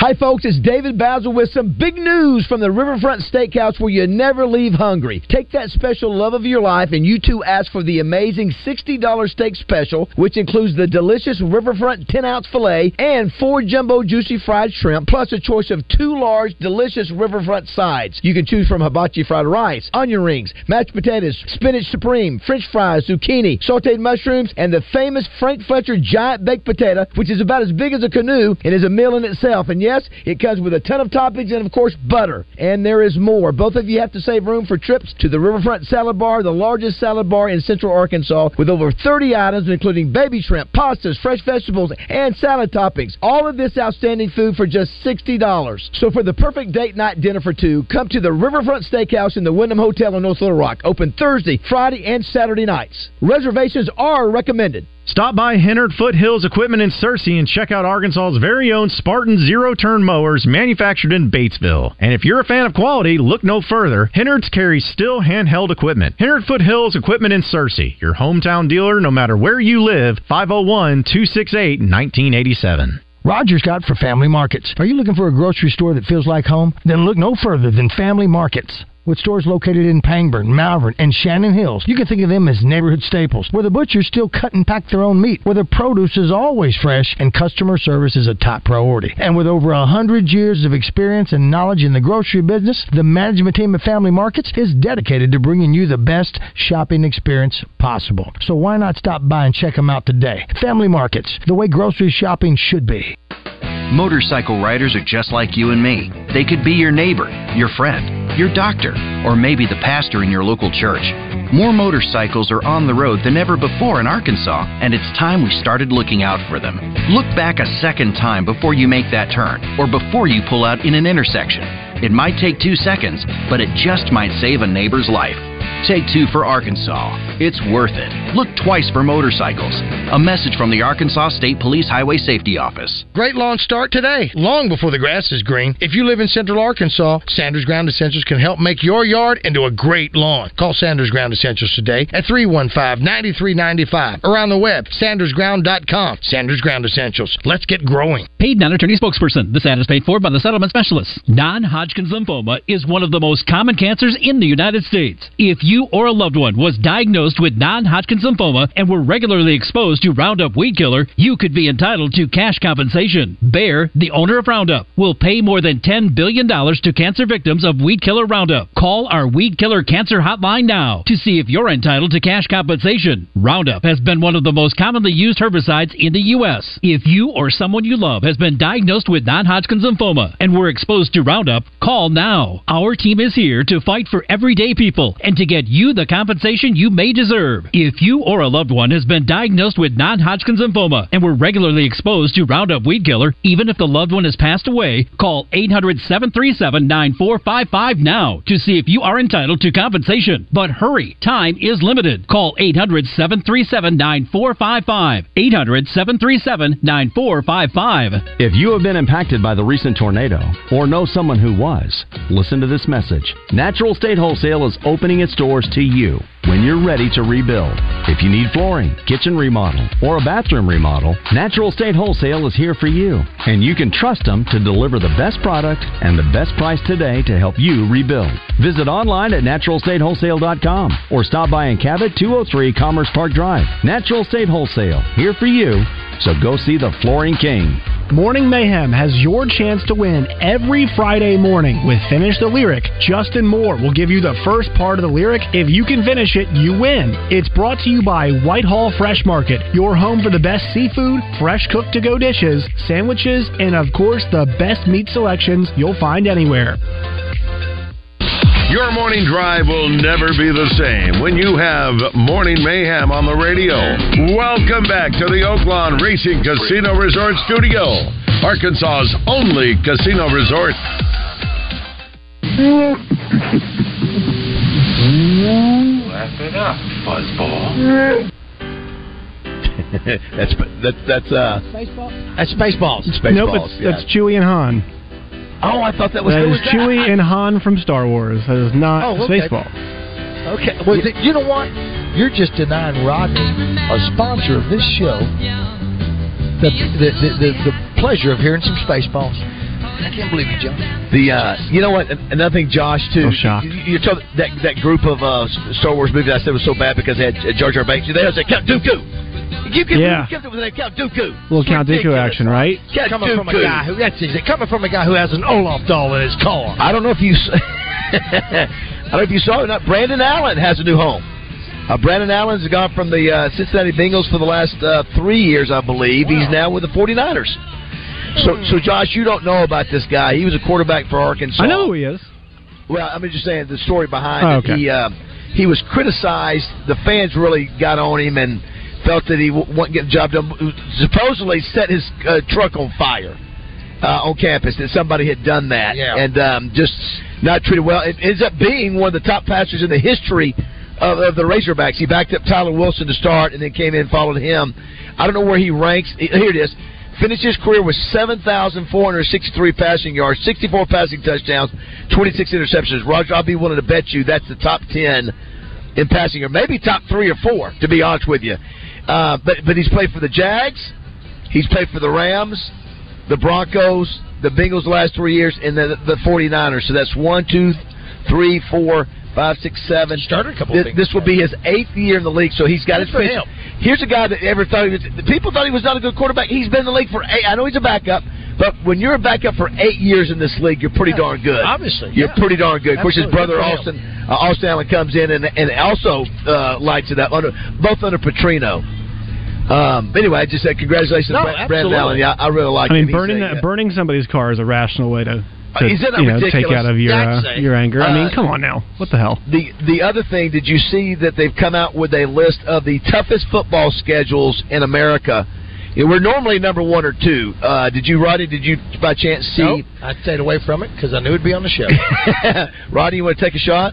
Speaker 2: Hi, folks, it's David Basil with some big news from the Riverfront Steakhouse where you never leave hungry. Take that special love of your life and you too ask for the amazing $60 steak special, which includes the delicious Riverfront 10 ounce filet and four jumbo juicy fried shrimp, plus a choice of two large, delicious Riverfront sides. You can choose from hibachi fried rice, onion rings, mashed potatoes, spinach supreme, french fries, zucchini, sauteed mushrooms, and the famous Frank Fletcher giant baked potato, which is about as big as a canoe and is a meal in itself. And yes, it comes with a ton of toppings and, of course, butter. And there is more. Both of you have to save room for trips to the Riverfront Salad Bar, the largest salad bar in central Arkansas, with over 30 items, including baby shrimp, pastas, fresh vegetables, and salad toppings. All of this outstanding food for just $60. So for the perfect date night dinner for two, come to the Riverfront Steakhouse in the Wyndham Hotel in North Little Rock, open Thursday, Friday, and Saturday nights. Reservations are recommended.
Speaker 11: Stop by Hennard Foothills Equipment in Searcy and check out Arkansas's very own Spartan zero turn mowers manufactured in Batesville. And if you're a fan of quality, look no further. Hennard's carries still handheld equipment. Hennard Foothills Equipment in Searcy, your hometown dealer no matter where you live, 501 268 1987.
Speaker 2: Roger's got for Family Markets. Are you looking for a grocery store that feels like home? Then look no further than Family Markets. With stores located in Pangburn, Malvern, and Shannon Hills, you can think of them as neighborhood staples, where the butchers still cut and pack their own meat, where the produce is always fresh, and customer service is a top priority. And with over a hundred years of experience and knowledge in the grocery business, the management team at Family Markets is dedicated to bringing you the best shopping experience possible. So why not stop by and check them out today? Family Markets, the way grocery shopping should be.
Speaker 19: Motorcycle riders are just like you and me. They could be your neighbor, your friend, your doctor, or maybe the pastor in your local church. More motorcycles are on the road than ever before in Arkansas, and it's time we started looking out for them. Look back a second time before you make that turn or before you pull out in an intersection. It might take two seconds, but it just might save a neighbor's life. Take two for Arkansas. It's worth it. Look twice for motorcycles. A message from the Arkansas State Police Highway Safety Office.
Speaker 3: Great lawn start today, long before the grass is green. If you live in central Arkansas, Sanders Ground Essentials can help make your yard into a great lawn. Call Sanders Ground Essentials today at 315 9395 or on the web, sandersground.com. Sanders Ground Essentials. Let's get growing.
Speaker 14: Paid non-attorney spokesperson. This ad is paid for by the settlement specialist. Non-Hodgkin's lymphoma is one of the most common cancers in the United States. If you or a loved one was diagnosed with non-Hodgkin's lymphoma and were regularly exposed to Roundup weed killer, you could be entitled to cash compensation. Bayer, the owner of Roundup, will pay more than $10 billion to cancer victims of weed killer Roundup. Call our weed killer cancer hotline now to see if you're entitled to cash compensation. Roundup has been one of the most commonly used herbicides in the U.S. If you or someone you love has been diagnosed with non Hodgkin's lymphoma and were exposed to Roundup, call now. Our team is here to fight for everyday people and to get you the compensation you may deserve. If you or a loved one has been diagnosed with non Hodgkin's lymphoma and were regularly exposed to Roundup weed killer, even if the loved one has passed away, call 800 737 9455 now to see if you are entitled to compensation. But hurry, time is limited. Call 800 737 9455. 800 737 9455.
Speaker 15: If you have been impacted by the recent tornado or know someone who was, listen to this message. Natural State Wholesale is opening its doors to you when you're ready to rebuild. If you need flooring, kitchen remodel, or a bathroom remodel, Natural State Wholesale is here for you. And you can trust them to deliver the best product and the best price today to help you rebuild. Visit online at naturalstatewholesale.com or stop by in Cabot 203 Commerce Park Drive. Natural State Wholesale, here for you. So go see the Flooring King.
Speaker 9: Morning Mayhem has your chance to win every Friday morning with Finish the Lyric. Justin Moore will give you the first part of the lyric. If you can finish it, you win. It's brought to you by Whitehall Fresh Market, your home for the best seafood, fresh cooked to go dishes, sandwiches, and of course, the best meat selections you'll find anywhere.
Speaker 1: Your morning drive will never be the same when you have Morning Mayhem on the radio. Welcome back to the Oaklawn Racing Casino Resort Studio, Arkansas's only casino resort.
Speaker 20: Laugh it up, fuzzball.
Speaker 21: that's that, that's uh.
Speaker 22: Baseball?
Speaker 2: That's Spaceballs. Spaceballs.
Speaker 7: nope, it's,
Speaker 2: yeah.
Speaker 7: that's Chewie and Han.
Speaker 2: oh, I thought that was.
Speaker 7: That
Speaker 2: who
Speaker 7: is
Speaker 2: was that?
Speaker 7: Chewie and Han from Star Wars. That is not
Speaker 2: Oh, okay.
Speaker 7: Spaceball.
Speaker 2: Okay.
Speaker 3: Well, th- you know what? You're just denying Rodney, a sponsor of this show, the the, the, the, the pleasure of hearing some Spaceballs. I can't believe it, John.
Speaker 2: The uh, you know what? And I think Josh
Speaker 3: No
Speaker 2: too.
Speaker 3: shock.
Speaker 2: You, you told that that group of uh, Star Wars movies I said was so bad because they had uh, Jar Jar Banks. They had that Count Dooku. You can
Speaker 7: Yeah.
Speaker 2: kept it with that Count Dooku.
Speaker 7: Little Count Dooku action, right?
Speaker 2: Count
Speaker 3: Coming from a
Speaker 2: Dooku.
Speaker 3: guy who that's easy. Coming from a guy who has an Olaf doll in his car.
Speaker 2: I don't know if you. s- I don't know if you saw it. or Not Brandon Allen has a new home. Uh, Brandon Allen's gone from the uh, Cincinnati Bengals for the last uh, three years, I believe. He's now with the 49ers. So,
Speaker 3: Hmm.
Speaker 2: so Josh, you don't know about this guy. He was a quarterback for Arkansas.
Speaker 7: I know who he is.
Speaker 2: Well, I'm just saying the story behind
Speaker 7: Oh,
Speaker 2: it.
Speaker 7: okay.
Speaker 2: He uh, he was criticized. The fans really got on him and felt that he w- wasn't getting the job done. Supposedly set his uh, truck on fire uh, on campus. That somebody had done that and um, just not treated well. It ends up being one of the top passers in the history. Of, of the Razorbacks, he backed up Tyler Wilson to start, and then came in and followed him. I don't know where he ranks. Here it is: Finished his career with 7,463 passing yards, 64 passing touchdowns, 26 interceptions. Roger, I'll be willing to bet you that's the top 10 in passing, or maybe top three or four, to be honest with you. Uh, but but he's played for the Jags, he's played for the Rams, the Broncos, the Bengals the last three years, and the, the 49ers. So that's one, two, three, four, five, six, seven. Started a
Speaker 3: couple of
Speaker 2: This,
Speaker 3: Bengals
Speaker 2: this will be his eighth year in the league, so he's got
Speaker 3: Good
Speaker 2: his
Speaker 3: for
Speaker 2: pitch.
Speaker 3: him.
Speaker 2: Here's a guy that ever thought he was. The people thought he was not a good quarterback. He's been in the league for eight. I know he's a backup, but when you're a backup for eight years in this league, you're pretty darn good.
Speaker 3: obviously,
Speaker 2: you're
Speaker 3: yeah.
Speaker 2: pretty darn good. Of course, his
Speaker 3: Absolutely.
Speaker 2: brother
Speaker 3: Good for
Speaker 2: Austin uh, Austin Allen comes in and and also uh, lights it up under both under Petrino. Um, anyway, I just said congratulations,
Speaker 7: No,
Speaker 2: Brad, Brandon
Speaker 7: absolutely.
Speaker 2: Allen. Yeah, I really like
Speaker 7: I mean,
Speaker 2: him. He's
Speaker 7: burning
Speaker 2: a, uh,
Speaker 7: that, burning somebody's car is a rational way to, to
Speaker 2: Is it not
Speaker 7: you know, take
Speaker 2: ridiculous?
Speaker 7: out of your
Speaker 2: I'd
Speaker 7: uh,
Speaker 2: say.
Speaker 7: your anger. I mean,
Speaker 2: Uh,
Speaker 7: come on now, what the hell?
Speaker 2: The the other thing, did you see that they've come out with a list of the toughest football schedules in America? Yeah, We're normally number one or two. Uh, did you, Roddy? Did you by chance see?
Speaker 3: Nope. I stayed away from it because I knew it'd be on the show.
Speaker 2: Roddy, you want to take a shot?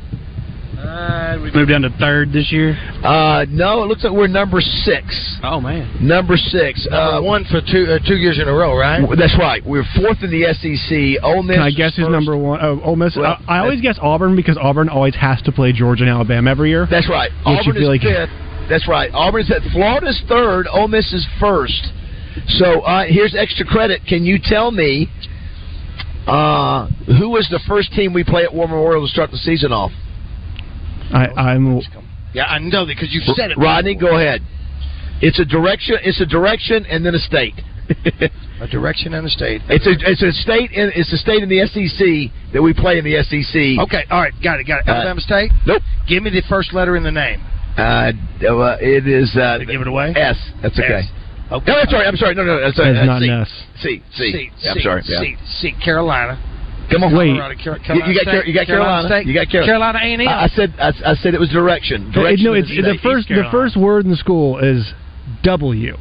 Speaker 8: We moved down to third this year.
Speaker 2: Uh, no, it looks like we're number six.
Speaker 8: Oh man,
Speaker 2: Number six. uh,
Speaker 3: one for two uh, two years in a row, right?
Speaker 2: That's right. We're fourth in the SEC. Ole Miss.
Speaker 7: Can I guess who's number one? Oh, Ole Miss.
Speaker 2: Well,
Speaker 7: I, I always guess Auburn because Auburn always has to play Georgia and Alabama every year.
Speaker 2: That's right.
Speaker 7: Which you
Speaker 2: Auburn is
Speaker 7: feel like-
Speaker 2: fifth. That's right. Auburn is at Florida's third. Ole Miss is first. So uh, here's extra credit. Can you tell me uh, who was the first team we play at War Memorial to start the season off?
Speaker 7: I, I'm.
Speaker 3: Yeah, I know that because you've said it.
Speaker 2: Rodney, go ahead. It's a direction. It's a direction, and then a state.
Speaker 3: A direction and a state.
Speaker 2: It's a it's a state in it's a state in the SEC that we play in the SEC.
Speaker 3: Okay, all right, got it, got it.
Speaker 2: Uh,
Speaker 3: Alabama State.
Speaker 2: Nope.
Speaker 3: Give me the first letter in the name.
Speaker 2: Uh, uh, it is uh,
Speaker 3: give it away.
Speaker 2: S. That's okay.
Speaker 3: S. Okay.
Speaker 2: No, I'm sorry. I'm sorry. No, no, no. That's, uh,
Speaker 7: That's not
Speaker 2: C.
Speaker 7: an S.
Speaker 2: C. C.
Speaker 3: C,
Speaker 2: Yeah, I'm sorry.
Speaker 3: C,
Speaker 2: Yeah.
Speaker 3: C, C, Carolina.
Speaker 2: Come on,
Speaker 7: Wait.
Speaker 3: Colorado, Car- Carolina
Speaker 2: you, you got
Speaker 3: State.
Speaker 2: Car- you got Carolina.
Speaker 3: State.
Speaker 2: You got
Speaker 3: Carolina
Speaker 2: Carolina.
Speaker 3: E? A&M.
Speaker 2: I, I said I, I said it was direction.
Speaker 7: It-
Speaker 2: Direction.
Speaker 7: no,
Speaker 2: is
Speaker 7: it's
Speaker 2: a
Speaker 7: the
Speaker 2: state.
Speaker 7: first the first word in the school is W.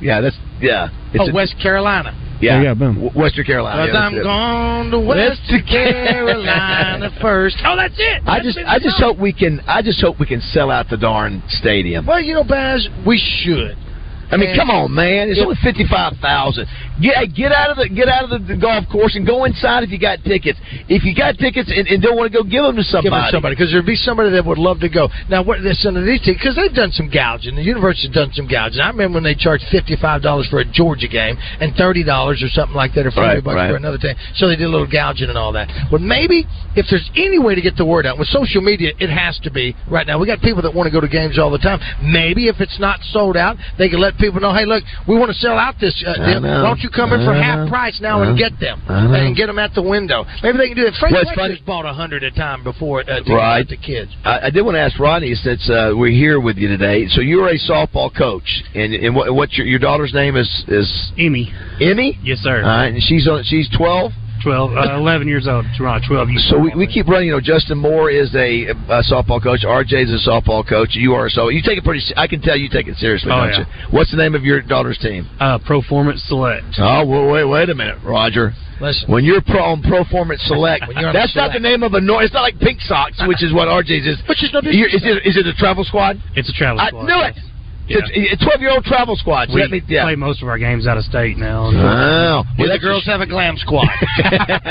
Speaker 2: Yeah, that's yeah.
Speaker 3: Oh,
Speaker 2: a-
Speaker 3: West Carolina.
Speaker 2: yeah.
Speaker 7: There you go, boom.
Speaker 2: W- Western Carolina.
Speaker 3: Because
Speaker 2: yeah, that's
Speaker 3: I'm going
Speaker 2: it.
Speaker 3: to West Carolina first. Oh, that's it.
Speaker 2: I
Speaker 3: That's
Speaker 2: just
Speaker 3: been
Speaker 2: I just
Speaker 3: the
Speaker 2: hope we can I just hope we can sell out the darn stadium.
Speaker 3: Well, you know, Baz, we should.
Speaker 2: I mean,
Speaker 3: And-
Speaker 2: come on, man! It's only fifty five thousand. Get hey, get out of the get out of the, the golf course and go inside if you got tickets. If you got tickets and, and don't want to go, give them to somebody.
Speaker 3: Give them somebody because there'd be somebody that would love to go. Now, what this under these teams because they've done some gouging. The university's done some gouging. I remember when they charged fifty five dollars for a Georgia game and thirty dollars or something like that, or forty
Speaker 2: Right,
Speaker 3: bucks
Speaker 2: right.
Speaker 3: for another team. So they did a little gouging and all that. Well, maybe if there's any way to get the word out with social media, it has to be right now. We got people that want to go to games all the time. Maybe if it's not sold out, they can let people know, hey, look, we want to sell out this. Uh,
Speaker 2: I
Speaker 3: deal.
Speaker 2: know.
Speaker 3: Why don't you come in for
Speaker 2: I
Speaker 3: half
Speaker 2: know.
Speaker 3: price now
Speaker 2: I
Speaker 3: and
Speaker 2: know.
Speaker 3: get them
Speaker 2: I know.
Speaker 3: and get them at the window? Maybe they can do it. Frank
Speaker 2: Well, it's
Speaker 3: Fletcher's bought a hundred a time before uh, to give
Speaker 2: Right.
Speaker 3: out to kids.
Speaker 2: I, I did want to ask Ronnie since uh, we're here with you today. So you're a softball coach, and and what, what's your your daughter's name is is
Speaker 8: Emmy.
Speaker 2: Emmy.
Speaker 8: Yes, sir.
Speaker 2: All right, and she's on she's twelve.
Speaker 8: 12, uh, 11 years old. Around 12 years
Speaker 2: So we, we keep running. You know, Justin Moore is a, a softball coach. RJ is a softball coach. You are a softball. You take it pretty. se- I can tell you take it seriously,
Speaker 8: Oh,
Speaker 2: don't
Speaker 8: yeah.
Speaker 2: you? What's the name of your daughter's team?
Speaker 8: Uh, Performance Select.
Speaker 2: Oh, well, wait, wait a minute, Roger.
Speaker 3: Listen.
Speaker 2: When you're pro on Performance Select,
Speaker 3: When you're on
Speaker 2: that's
Speaker 3: Select.
Speaker 2: not the name of a. No, it's not like Pink Socks, which is what RJ's is.
Speaker 3: Which is no
Speaker 2: You're- is it, is it a travel squad?
Speaker 8: It's a travel
Speaker 2: I
Speaker 8: squad.
Speaker 2: knew it. Twelve year old travel squad.
Speaker 8: We
Speaker 2: Let me- yeah.
Speaker 8: play most of our games out of state now.
Speaker 2: Wow.
Speaker 8: Do
Speaker 2: Well,
Speaker 8: the
Speaker 2: that's
Speaker 8: girls
Speaker 2: just-
Speaker 8: have a glam squad?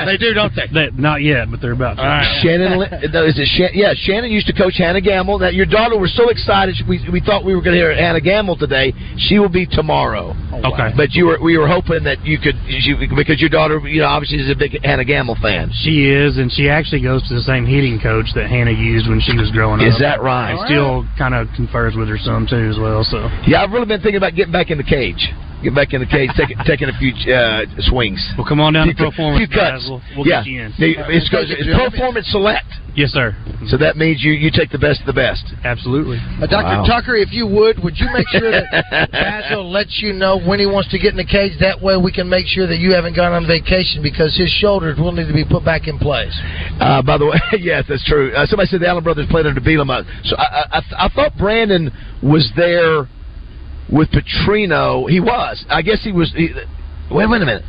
Speaker 2: they do, don't they?
Speaker 8: not yet, but they're about to.
Speaker 2: Shannon, Li- no, is it Shan- yeah, Shannon used to coach Hannah Gamble. That your daughter was so excited. she- We, we thought we were going to hear Hannah Gamble today. She will be tomorrow.
Speaker 8: Okay.
Speaker 2: But you were we were hoping that you could you, because your daughter, you know, obviously is a big Hannah Gamble fan.
Speaker 8: She is, and she actually goes to the same hitting coach that Hannah used when she was growing up.
Speaker 2: Is that right?
Speaker 8: And still kind of confers with her some too as well. So
Speaker 2: Yeah, I've really been thinking about getting back in the cage. Get back in the cage, taking taking a few uh, swings.
Speaker 8: Well, come on down
Speaker 2: few,
Speaker 8: to Performance,
Speaker 2: Few cuts.
Speaker 8: guys. We'll- we'll
Speaker 2: yeah.
Speaker 8: get you in.
Speaker 2: They- It's, 'cause it's Performance Select.
Speaker 8: yes, sir.
Speaker 2: So that means you, you take the best of the best.
Speaker 8: Absolutely.
Speaker 2: Uh,
Speaker 3: Dr. Tucker, if you would, would you make sure that Basil lets you know when he wants to get in the cage? That way we can make sure that you haven't gone on vacation because his shoulders will need to be put back in place.
Speaker 2: Uh, by the way, yes, that's true. Uh, somebody said the Allen brothers played under Bielema. So I, I, I- I thought Brandon was there with Petrino. He was. I guess he was. He, wait, wait a minute.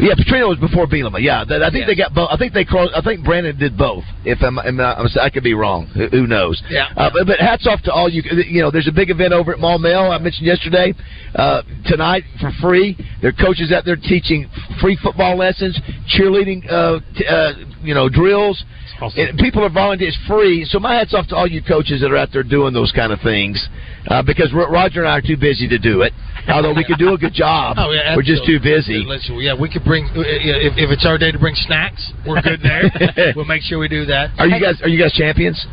Speaker 2: Yeah, Petrino was before Bielema. Yeah, that, I think they got both. I think they crossed. I think Brandon did both. If I'm, I'm, not, I'm I could be wrong. Who, who knows?
Speaker 3: Yeah.
Speaker 2: Uh, but, but hats off to all you. You know, there's a big event over at Mall Mail. I mentioned yesterday, uh, tonight for free. There are coaches out there teaching free football lessons, cheerleading, uh, t- uh, you know, drills. And people are volunteering. It's free. So my hats off to all you coaches that are out there doing those kind of things, uh, because Ro- Roger and I are too busy to do it. Although we could do a good job,
Speaker 3: Oh, yeah,
Speaker 2: we're just too
Speaker 3: absolutely.
Speaker 2: busy.
Speaker 3: Listen, yeah, we could bring if, if it's our day to bring snacks, we're good there. we'll make sure we do that.
Speaker 2: Are you guys? Are you guys champions?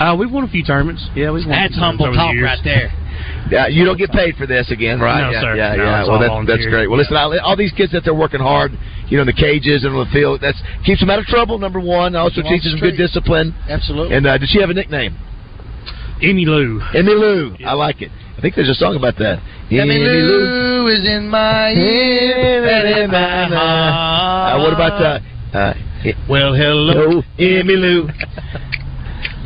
Speaker 8: Uh, we've won a few tournaments. Yeah, we've won.
Speaker 3: That's humble talk right there.
Speaker 2: Yeah, you don't get paid for this again, right?
Speaker 3: No,
Speaker 2: yeah,
Speaker 3: sir.
Speaker 2: Yeah,
Speaker 3: No,
Speaker 2: yeah.
Speaker 3: it's
Speaker 2: Well,
Speaker 3: all
Speaker 2: that's, that's
Speaker 3: volunteer.
Speaker 2: great. Well, listen, I, all these kids that they're working hard, you know, in the cages and on the field, that's keeps them out of trouble. Number one, also
Speaker 3: Keep 'em off
Speaker 2: teaches
Speaker 3: the
Speaker 2: them good
Speaker 3: streets.
Speaker 2: discipline.
Speaker 3: Absolutely.
Speaker 2: And uh, did she have a nickname?
Speaker 8: Emmy Lou.
Speaker 2: Emmy Lou. I like it. I think there's a song about that.
Speaker 3: Emmy Lou is in my ear and in my heart.
Speaker 2: Uh, what about uh, uh,
Speaker 3: Well, hello,
Speaker 2: Emmy Lou.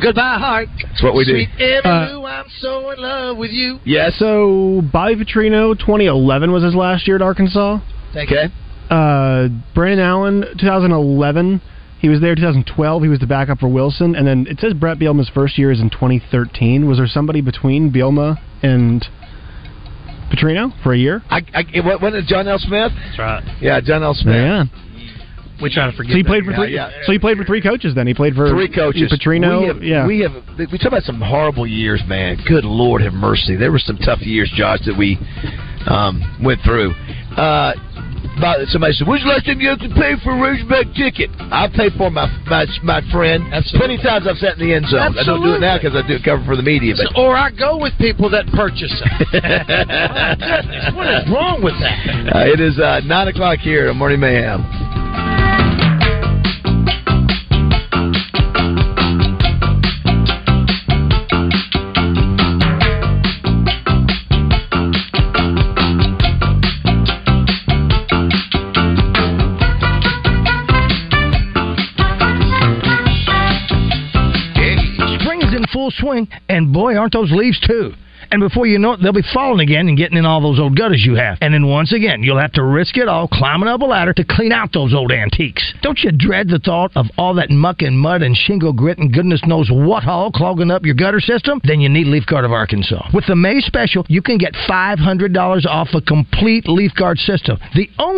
Speaker 3: Goodbye, heart.
Speaker 2: That's what we do.
Speaker 3: Sweet Emmy
Speaker 7: Uh,
Speaker 3: Lou, I'm so in love with you.
Speaker 2: Yes.
Speaker 7: So Bobby Petrino, 2011 was his last year at Arkansas.
Speaker 2: Okay.
Speaker 7: Uh, Brandon Allen, 2011. He was there 2012. He was the backup for Wilson, and then it says Brett Bielma's first year is in 2013. Was there somebody between Bielma and Petrino for a year?
Speaker 2: I, I, it wa- wasn't it John L. Smith?
Speaker 8: That's right.
Speaker 2: Yeah, John L. Smith.
Speaker 7: Yeah.
Speaker 8: We try to
Speaker 7: So he played for three.
Speaker 2: Yeah, yeah.
Speaker 7: So he played for three coaches. Then he played for
Speaker 2: three coaches.
Speaker 7: Petrino.
Speaker 2: we have,
Speaker 7: yeah.
Speaker 2: we have we talk about some horrible years, man. Good Lord, have mercy. There were some tough years, Josh, that we um, went through. Uh, but somebody said, "When's the last time you had to pay for a Razorback ticket?" I paid for my my my friend. Absolutely. Plenty times I've sat in the end zone. I don't do it now because I do cover for the media. But
Speaker 3: Or I go with people that purchase them. what is wrong with that?
Speaker 2: uh, it is uh, nine o'clock here on Morning Mayhem.
Speaker 23: Spring is in full swing, and boy, aren't those leaves too. And before you know it, they'll be falling again and getting in all those old gutters you have. And then once again, you'll have to risk it all climbing up a ladder to clean out those old antiques. Don't you dread the thought of all that muck and mud and shingle grit and goodness knows what all clogging up your gutter system? Then you need Leaf Guard of Arkansas. With the May special, you can get $500 off a complete Leaf Guard system. The only